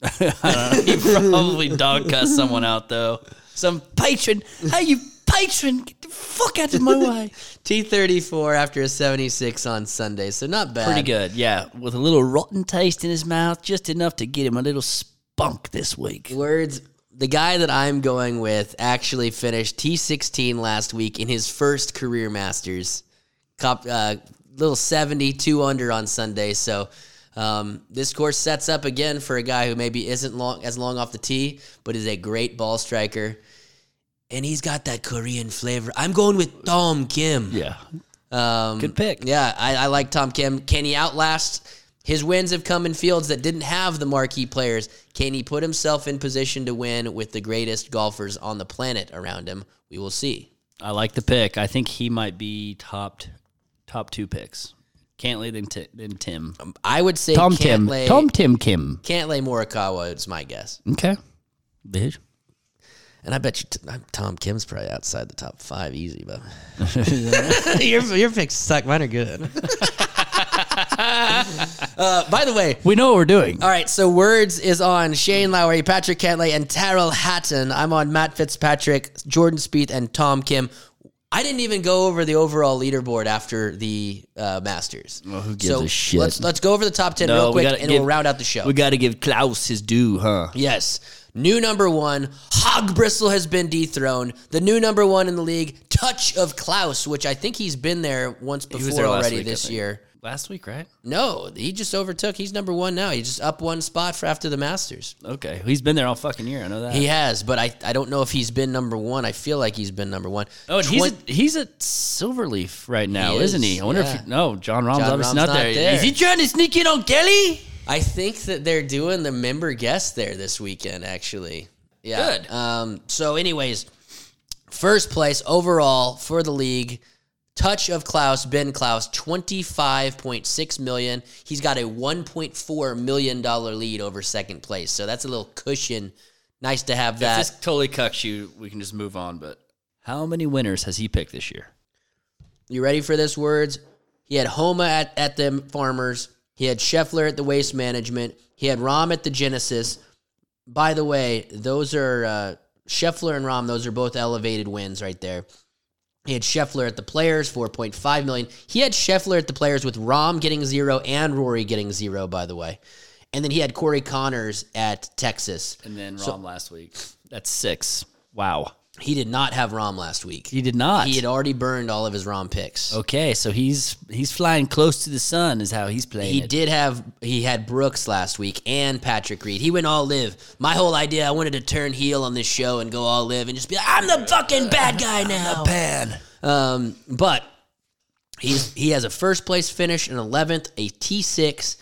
Speaker 6: <laughs> he probably dog cussed someone out, though. Some patron. Hey, you patron, get the fuck out of <laughs> my way.
Speaker 7: T thirty four after a seventy six on Sunday, so not bad.
Speaker 6: Pretty good, yeah. With a little rotten taste in his mouth, just enough to get him a little spunk this week.
Speaker 7: Words. The guy that I'm going with actually finished T16 last week in his first career Masters. Cop, uh, little 72 under on Sunday. So um, this course sets up again for a guy who maybe isn't long as long off the tee, but is a great ball striker. And he's got that Korean flavor. I'm going with Tom Kim.
Speaker 6: Yeah.
Speaker 7: Um,
Speaker 6: Good pick.
Speaker 7: Yeah, I, I like Tom Kim. Can he outlast? His wins have come in fields that didn't have the marquee players. Can he put himself in position to win with the greatest golfers on the planet around him? We will see.
Speaker 6: I like the pick. I think he might be top top two picks. Cantley then t- then Tim.
Speaker 7: Um, I would say
Speaker 6: Tom Tim.
Speaker 7: Cantlay,
Speaker 6: Tom Tim Kim.
Speaker 7: Cantlay Morikawa is my guess,
Speaker 6: Okay. Bitch.
Speaker 7: and I bet you t- I'm- Tom Kim's probably outside the top five easy. But <laughs> your your picks suck. Mine are good. <laughs> uh, by the way,
Speaker 6: We know what we're doing.
Speaker 7: All right, so words is on Shane Lowry, Patrick Cantlay, and Terrell Hatton. I'm on Matt Fitzpatrick, Jordan Spieth, and Tom Kim. I didn't even go over the overall leaderboard after the uh, Masters. Well,
Speaker 6: who gives
Speaker 7: so
Speaker 6: a shit?
Speaker 7: Let's let's go over the top ten
Speaker 6: No,
Speaker 7: real
Speaker 6: we
Speaker 7: quick,
Speaker 6: gotta
Speaker 7: and
Speaker 6: give-
Speaker 7: we'll round out the show.
Speaker 6: We got to give Klaus his due, huh?
Speaker 7: yes, new number one, Hog Bristle has been dethroned. The new number one in the league, Touch of Klaus, which I think he's been there once
Speaker 6: was
Speaker 7: before
Speaker 6: there last
Speaker 7: already
Speaker 6: week, I
Speaker 7: this
Speaker 6: think.
Speaker 7: year.
Speaker 6: Last week, right?
Speaker 7: No, he just overtook. He's number one now. He's just up one spot for after the Masters.
Speaker 6: Okay. He's been there all fucking year. I know that.
Speaker 7: He has, but I, I don't know if he's been number one. I feel like he's been number one.
Speaker 6: oh, and he's
Speaker 7: Twen-
Speaker 6: at, he's at Silverleaf right now,
Speaker 7: He
Speaker 6: is, not
Speaker 7: is,
Speaker 6: he? I wonder
Speaker 7: yeah.
Speaker 6: if he, no John Rahm's
Speaker 7: John
Speaker 6: obviously
Speaker 7: Rahm's
Speaker 6: not,
Speaker 7: not
Speaker 6: there.
Speaker 7: there.
Speaker 6: Is he trying to sneak in on Kelly?
Speaker 7: I think that they're doing the member guest there this weekend, actually. Yeah.
Speaker 6: Good.
Speaker 7: Um, so, anyways, first place overall for the league. Touch of Klaus, Ben Klaus, twenty five point six million. He's got a one point four million dollar lead over second place, so that's a little cushion. Nice to have that.
Speaker 6: If this totally cucks you, we can just move on. But how many winners has he picked this year?
Speaker 7: You ready for this words? He had Homa at, at the Farmers. He had Scheffler at the Waste Management. He had Rom at the Genesis. By the way, those are uh, Scheffler and Rom. Those are both elevated wins right there. He had Scheffler at the Players, four point five million. He had Scheffler at the Players with Rom getting zero and Rory getting zero. By the way, and then he had Corey Connors at Texas.
Speaker 6: and then Rom last week. That's six. Wow.
Speaker 7: He did not have Rom last week.
Speaker 6: He did not. Oh,
Speaker 7: He had already burned all of his Rom picks.
Speaker 6: okay, so he's he's flying close to the sun is how he's playing.
Speaker 7: He
Speaker 6: it.
Speaker 7: did have he had Brooks last week and Patrick Reed. He went all live. My whole idea, I wanted to turn heel on this show and go all live and just be like, I'm the fucking bad guy now.
Speaker 6: Pan.
Speaker 7: Um, but he's he has a first place finish, an eleventh, a T six,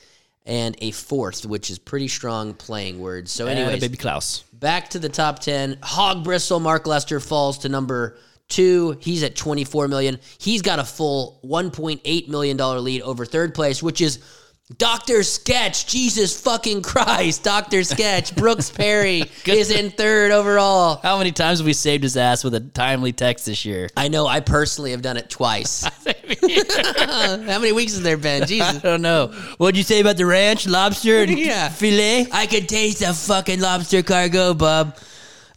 Speaker 7: and a fourth, which is pretty strong playing words. So,
Speaker 6: Anyway,
Speaker 7: anyways,
Speaker 6: baby Klaus.
Speaker 7: back to the top 10 hog bristle mark lester falls to number two he's at 24 million he's got a full 1.8 million dollar lead over third place which is dr sketch jesus fucking christ dr sketch brooks perry is in third overall
Speaker 6: How many times have we saved his ass with a timely text this year?
Speaker 7: i know i personally have done it twice <laughs> how many weeks has there been jesus
Speaker 6: I don't know. What'd you say about the ranch, lobster, and
Speaker 7: <laughs> Yeah.
Speaker 6: filet?
Speaker 7: I could taste the fucking lobster cargo, bub.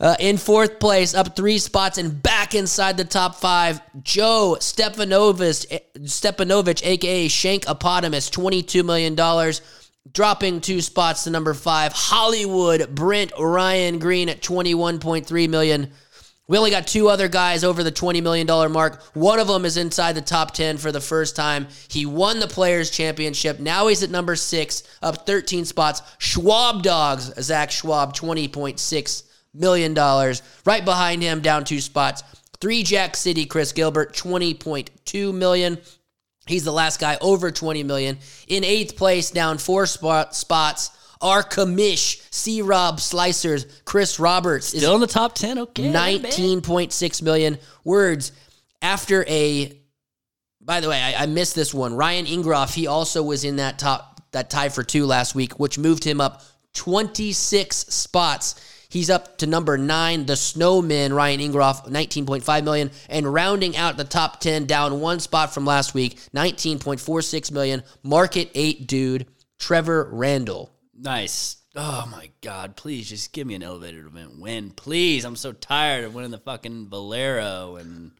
Speaker 7: Uh, in fourth place, up three spots and back inside the top five, Joe eh, Stefanovich, Stefanovich aka Shank Apotamus, $22 million. Dropping two spots to number five, Hollywood Brent Ryan Green at $21.3 million. We only got two other guys over the $20 million mark. One of them is inside the top 10 for the first time. He won the Players' Championship. Now he's at number six, up 13 spots. Schwab Dogs, Zach Schwab, $20.6 million. Right behind him, down two spots. Three Jack City, Chris Gilbert, $20.2 million. He's the last guy over 20 million. In eighth place, down four spot, spots, are Kamish, C Rob Slicers, Chris Roberts is
Speaker 6: Still in the top 10? Okay. man.
Speaker 7: 19.6 million words after a by the way I, I missed this one ryan ingroff he also was in that top that tie for two last week which moved him up 26 spots he's up to number nine the snowman ryan ingroff 19.5 million and rounding out the top 10 down one spot from last week 19.46 million market eight dude trevor randall
Speaker 6: Nice. Oh my God! Please just give me an elevator event win, please. I'm so tired of winning the fucking Valero and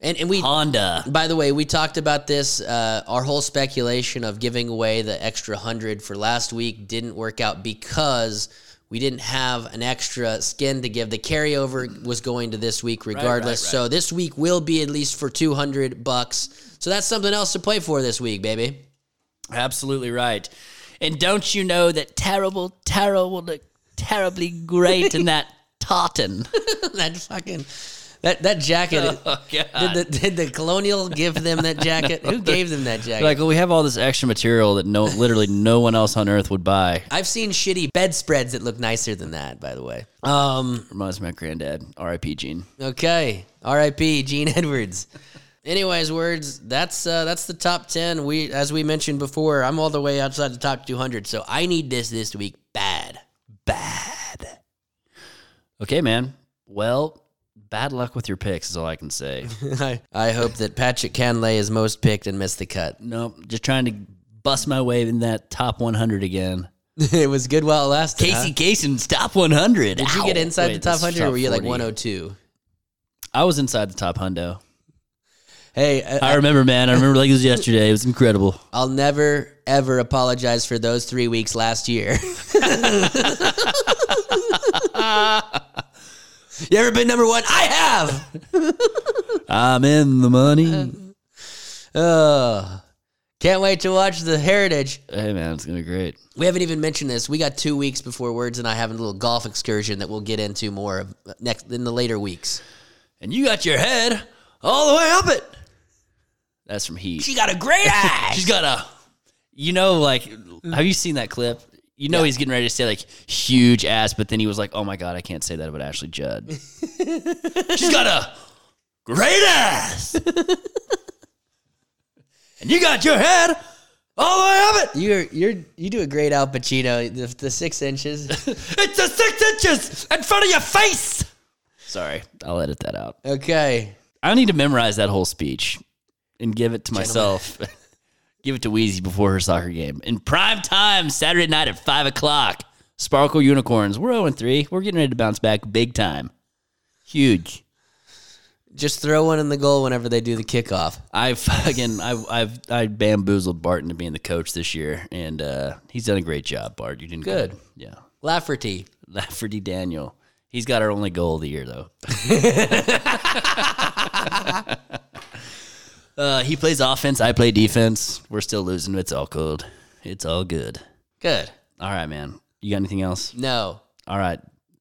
Speaker 7: and, and we
Speaker 6: Honda.
Speaker 7: By the way, we talked about this. Uh, our whole speculation of giving away the extra hundred for last week didn't work out because we didn't have an extra skin to give. The carryover was going to this week regardless. So this week will be at least for two hundred bucks. So that's something else to play for this week, baby. <laughs>
Speaker 6: Absolutely right. And don't you know that terrible, terrible, terribly great in that <laughs> tartan?
Speaker 7: that fucking that that jacket.
Speaker 6: <laughs> Oh, God.
Speaker 7: did, the, did the colonial give them that jacket? Who gave
Speaker 6: <laughs>
Speaker 7: them that jacket?
Speaker 6: Like well, we have all this extra material that no, literally no one else on earth would buy.
Speaker 7: I've seen shitty bedspreads that look nicer than that. By the way. Um.
Speaker 6: Reminds me of my granddad, R.I.P. Gene.
Speaker 7: Okay. R.I.P. Gene <laughs> Edwards. Anyways, words. That's uh, that's the top ten. We as we mentioned before, I'm all the way outside the top 200, so I need this this week bad. <laughs>
Speaker 6: Bad. Okay, man. Well, bad luck with your picks is all I can <laughs> say.
Speaker 7: I, I hope that Patrick Canlay is most picked and missed the cut. <laughs>
Speaker 6: Nope, just trying to bust my way in that top 100 again.
Speaker 7: it was good while it lasted. huh?
Speaker 6: Casey Kasem's top 100.
Speaker 7: did you get
Speaker 6: Ow.
Speaker 7: inside the
Speaker 6: Wait,
Speaker 7: top
Speaker 6: this is
Speaker 7: 100 or were you like
Speaker 6: 40.
Speaker 7: 102?
Speaker 6: I was inside the top hundo.
Speaker 7: Hey, I,
Speaker 6: I remember, man. I remember like it was yesterday. It was <laughs> incredible.
Speaker 7: I'll never ever apologize for those three weeks last year. <laughs> you ever been number one? I have.
Speaker 6: <laughs> I'm in the money.
Speaker 7: Ugh. Can't wait to watch the Heritage.
Speaker 6: hey, man, it's going to be great.
Speaker 7: We haven't even mentioned this. We got two weeks before Words and I having a little golf excursion that we'll get into more of next in the later weeks.
Speaker 6: And you got your head all the way up it. That's from Heat.
Speaker 7: She got a <laughs> great eye.
Speaker 6: She's got a, you know, like, have you seen that clip? You know, he's getting ready to say like huge ass, but then he was like, oh my God, I can't say that about Ashley Judd. She's got a great ass. and you got your head all the way up it.
Speaker 7: You're you're you do a great Al Pacino. The, the six <laughs> inches.
Speaker 6: It's a six inches in front of your face. Sorry, I'll edit that out.
Speaker 7: Okay.
Speaker 6: I need to memorize that whole speech and give it to myself. give it to Wheezy before her soccer game in prime time Saturday night at five o'clock. Sparkle Unicorns. We're zero and three. We're getting ready to bounce back big time. Huge.
Speaker 7: Just throw one in the goal whenever they do the kickoff.
Speaker 6: I fucking I I've I bamboozled Barton to being the coach this year, and uh, he's done a great job. Bart, you did
Speaker 7: Good.
Speaker 6: Yeah,
Speaker 7: Lafferty.
Speaker 6: Lafferty Daniel. He's got our only goal of the year though. uh, he plays offense. I play defense. We're still losing. It's all good. It's all good.
Speaker 7: Good.
Speaker 6: All right, man. You got anything else?
Speaker 7: No.
Speaker 6: All right,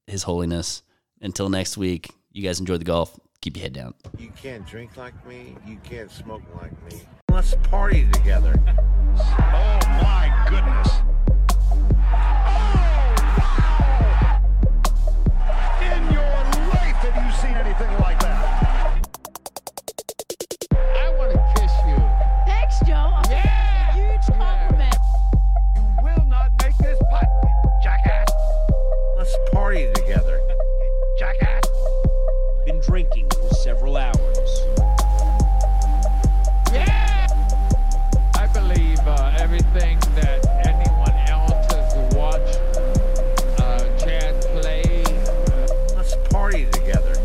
Speaker 6: His Holiness. Until next week, you guys enjoy the golf. keep your head down.
Speaker 1: You can't drink like me. You can't smoke like me. Let's party together.
Speaker 2: Oh my goodness. Oh wow! In your life have you seen anything like that?
Speaker 5: I want to kiss you.
Speaker 3: Thanks, Joe. I mean,
Speaker 5: Yeah.
Speaker 3: that's a huge compliment.
Speaker 2: You will not make this putt, jackass,
Speaker 1: Let's party together.
Speaker 2: jackass.
Speaker 4: Been drinking for several hours.
Speaker 5: Yeah. I believe uh, everything that anyone else has watched uh, Chad play. uh,
Speaker 1: Let's party together.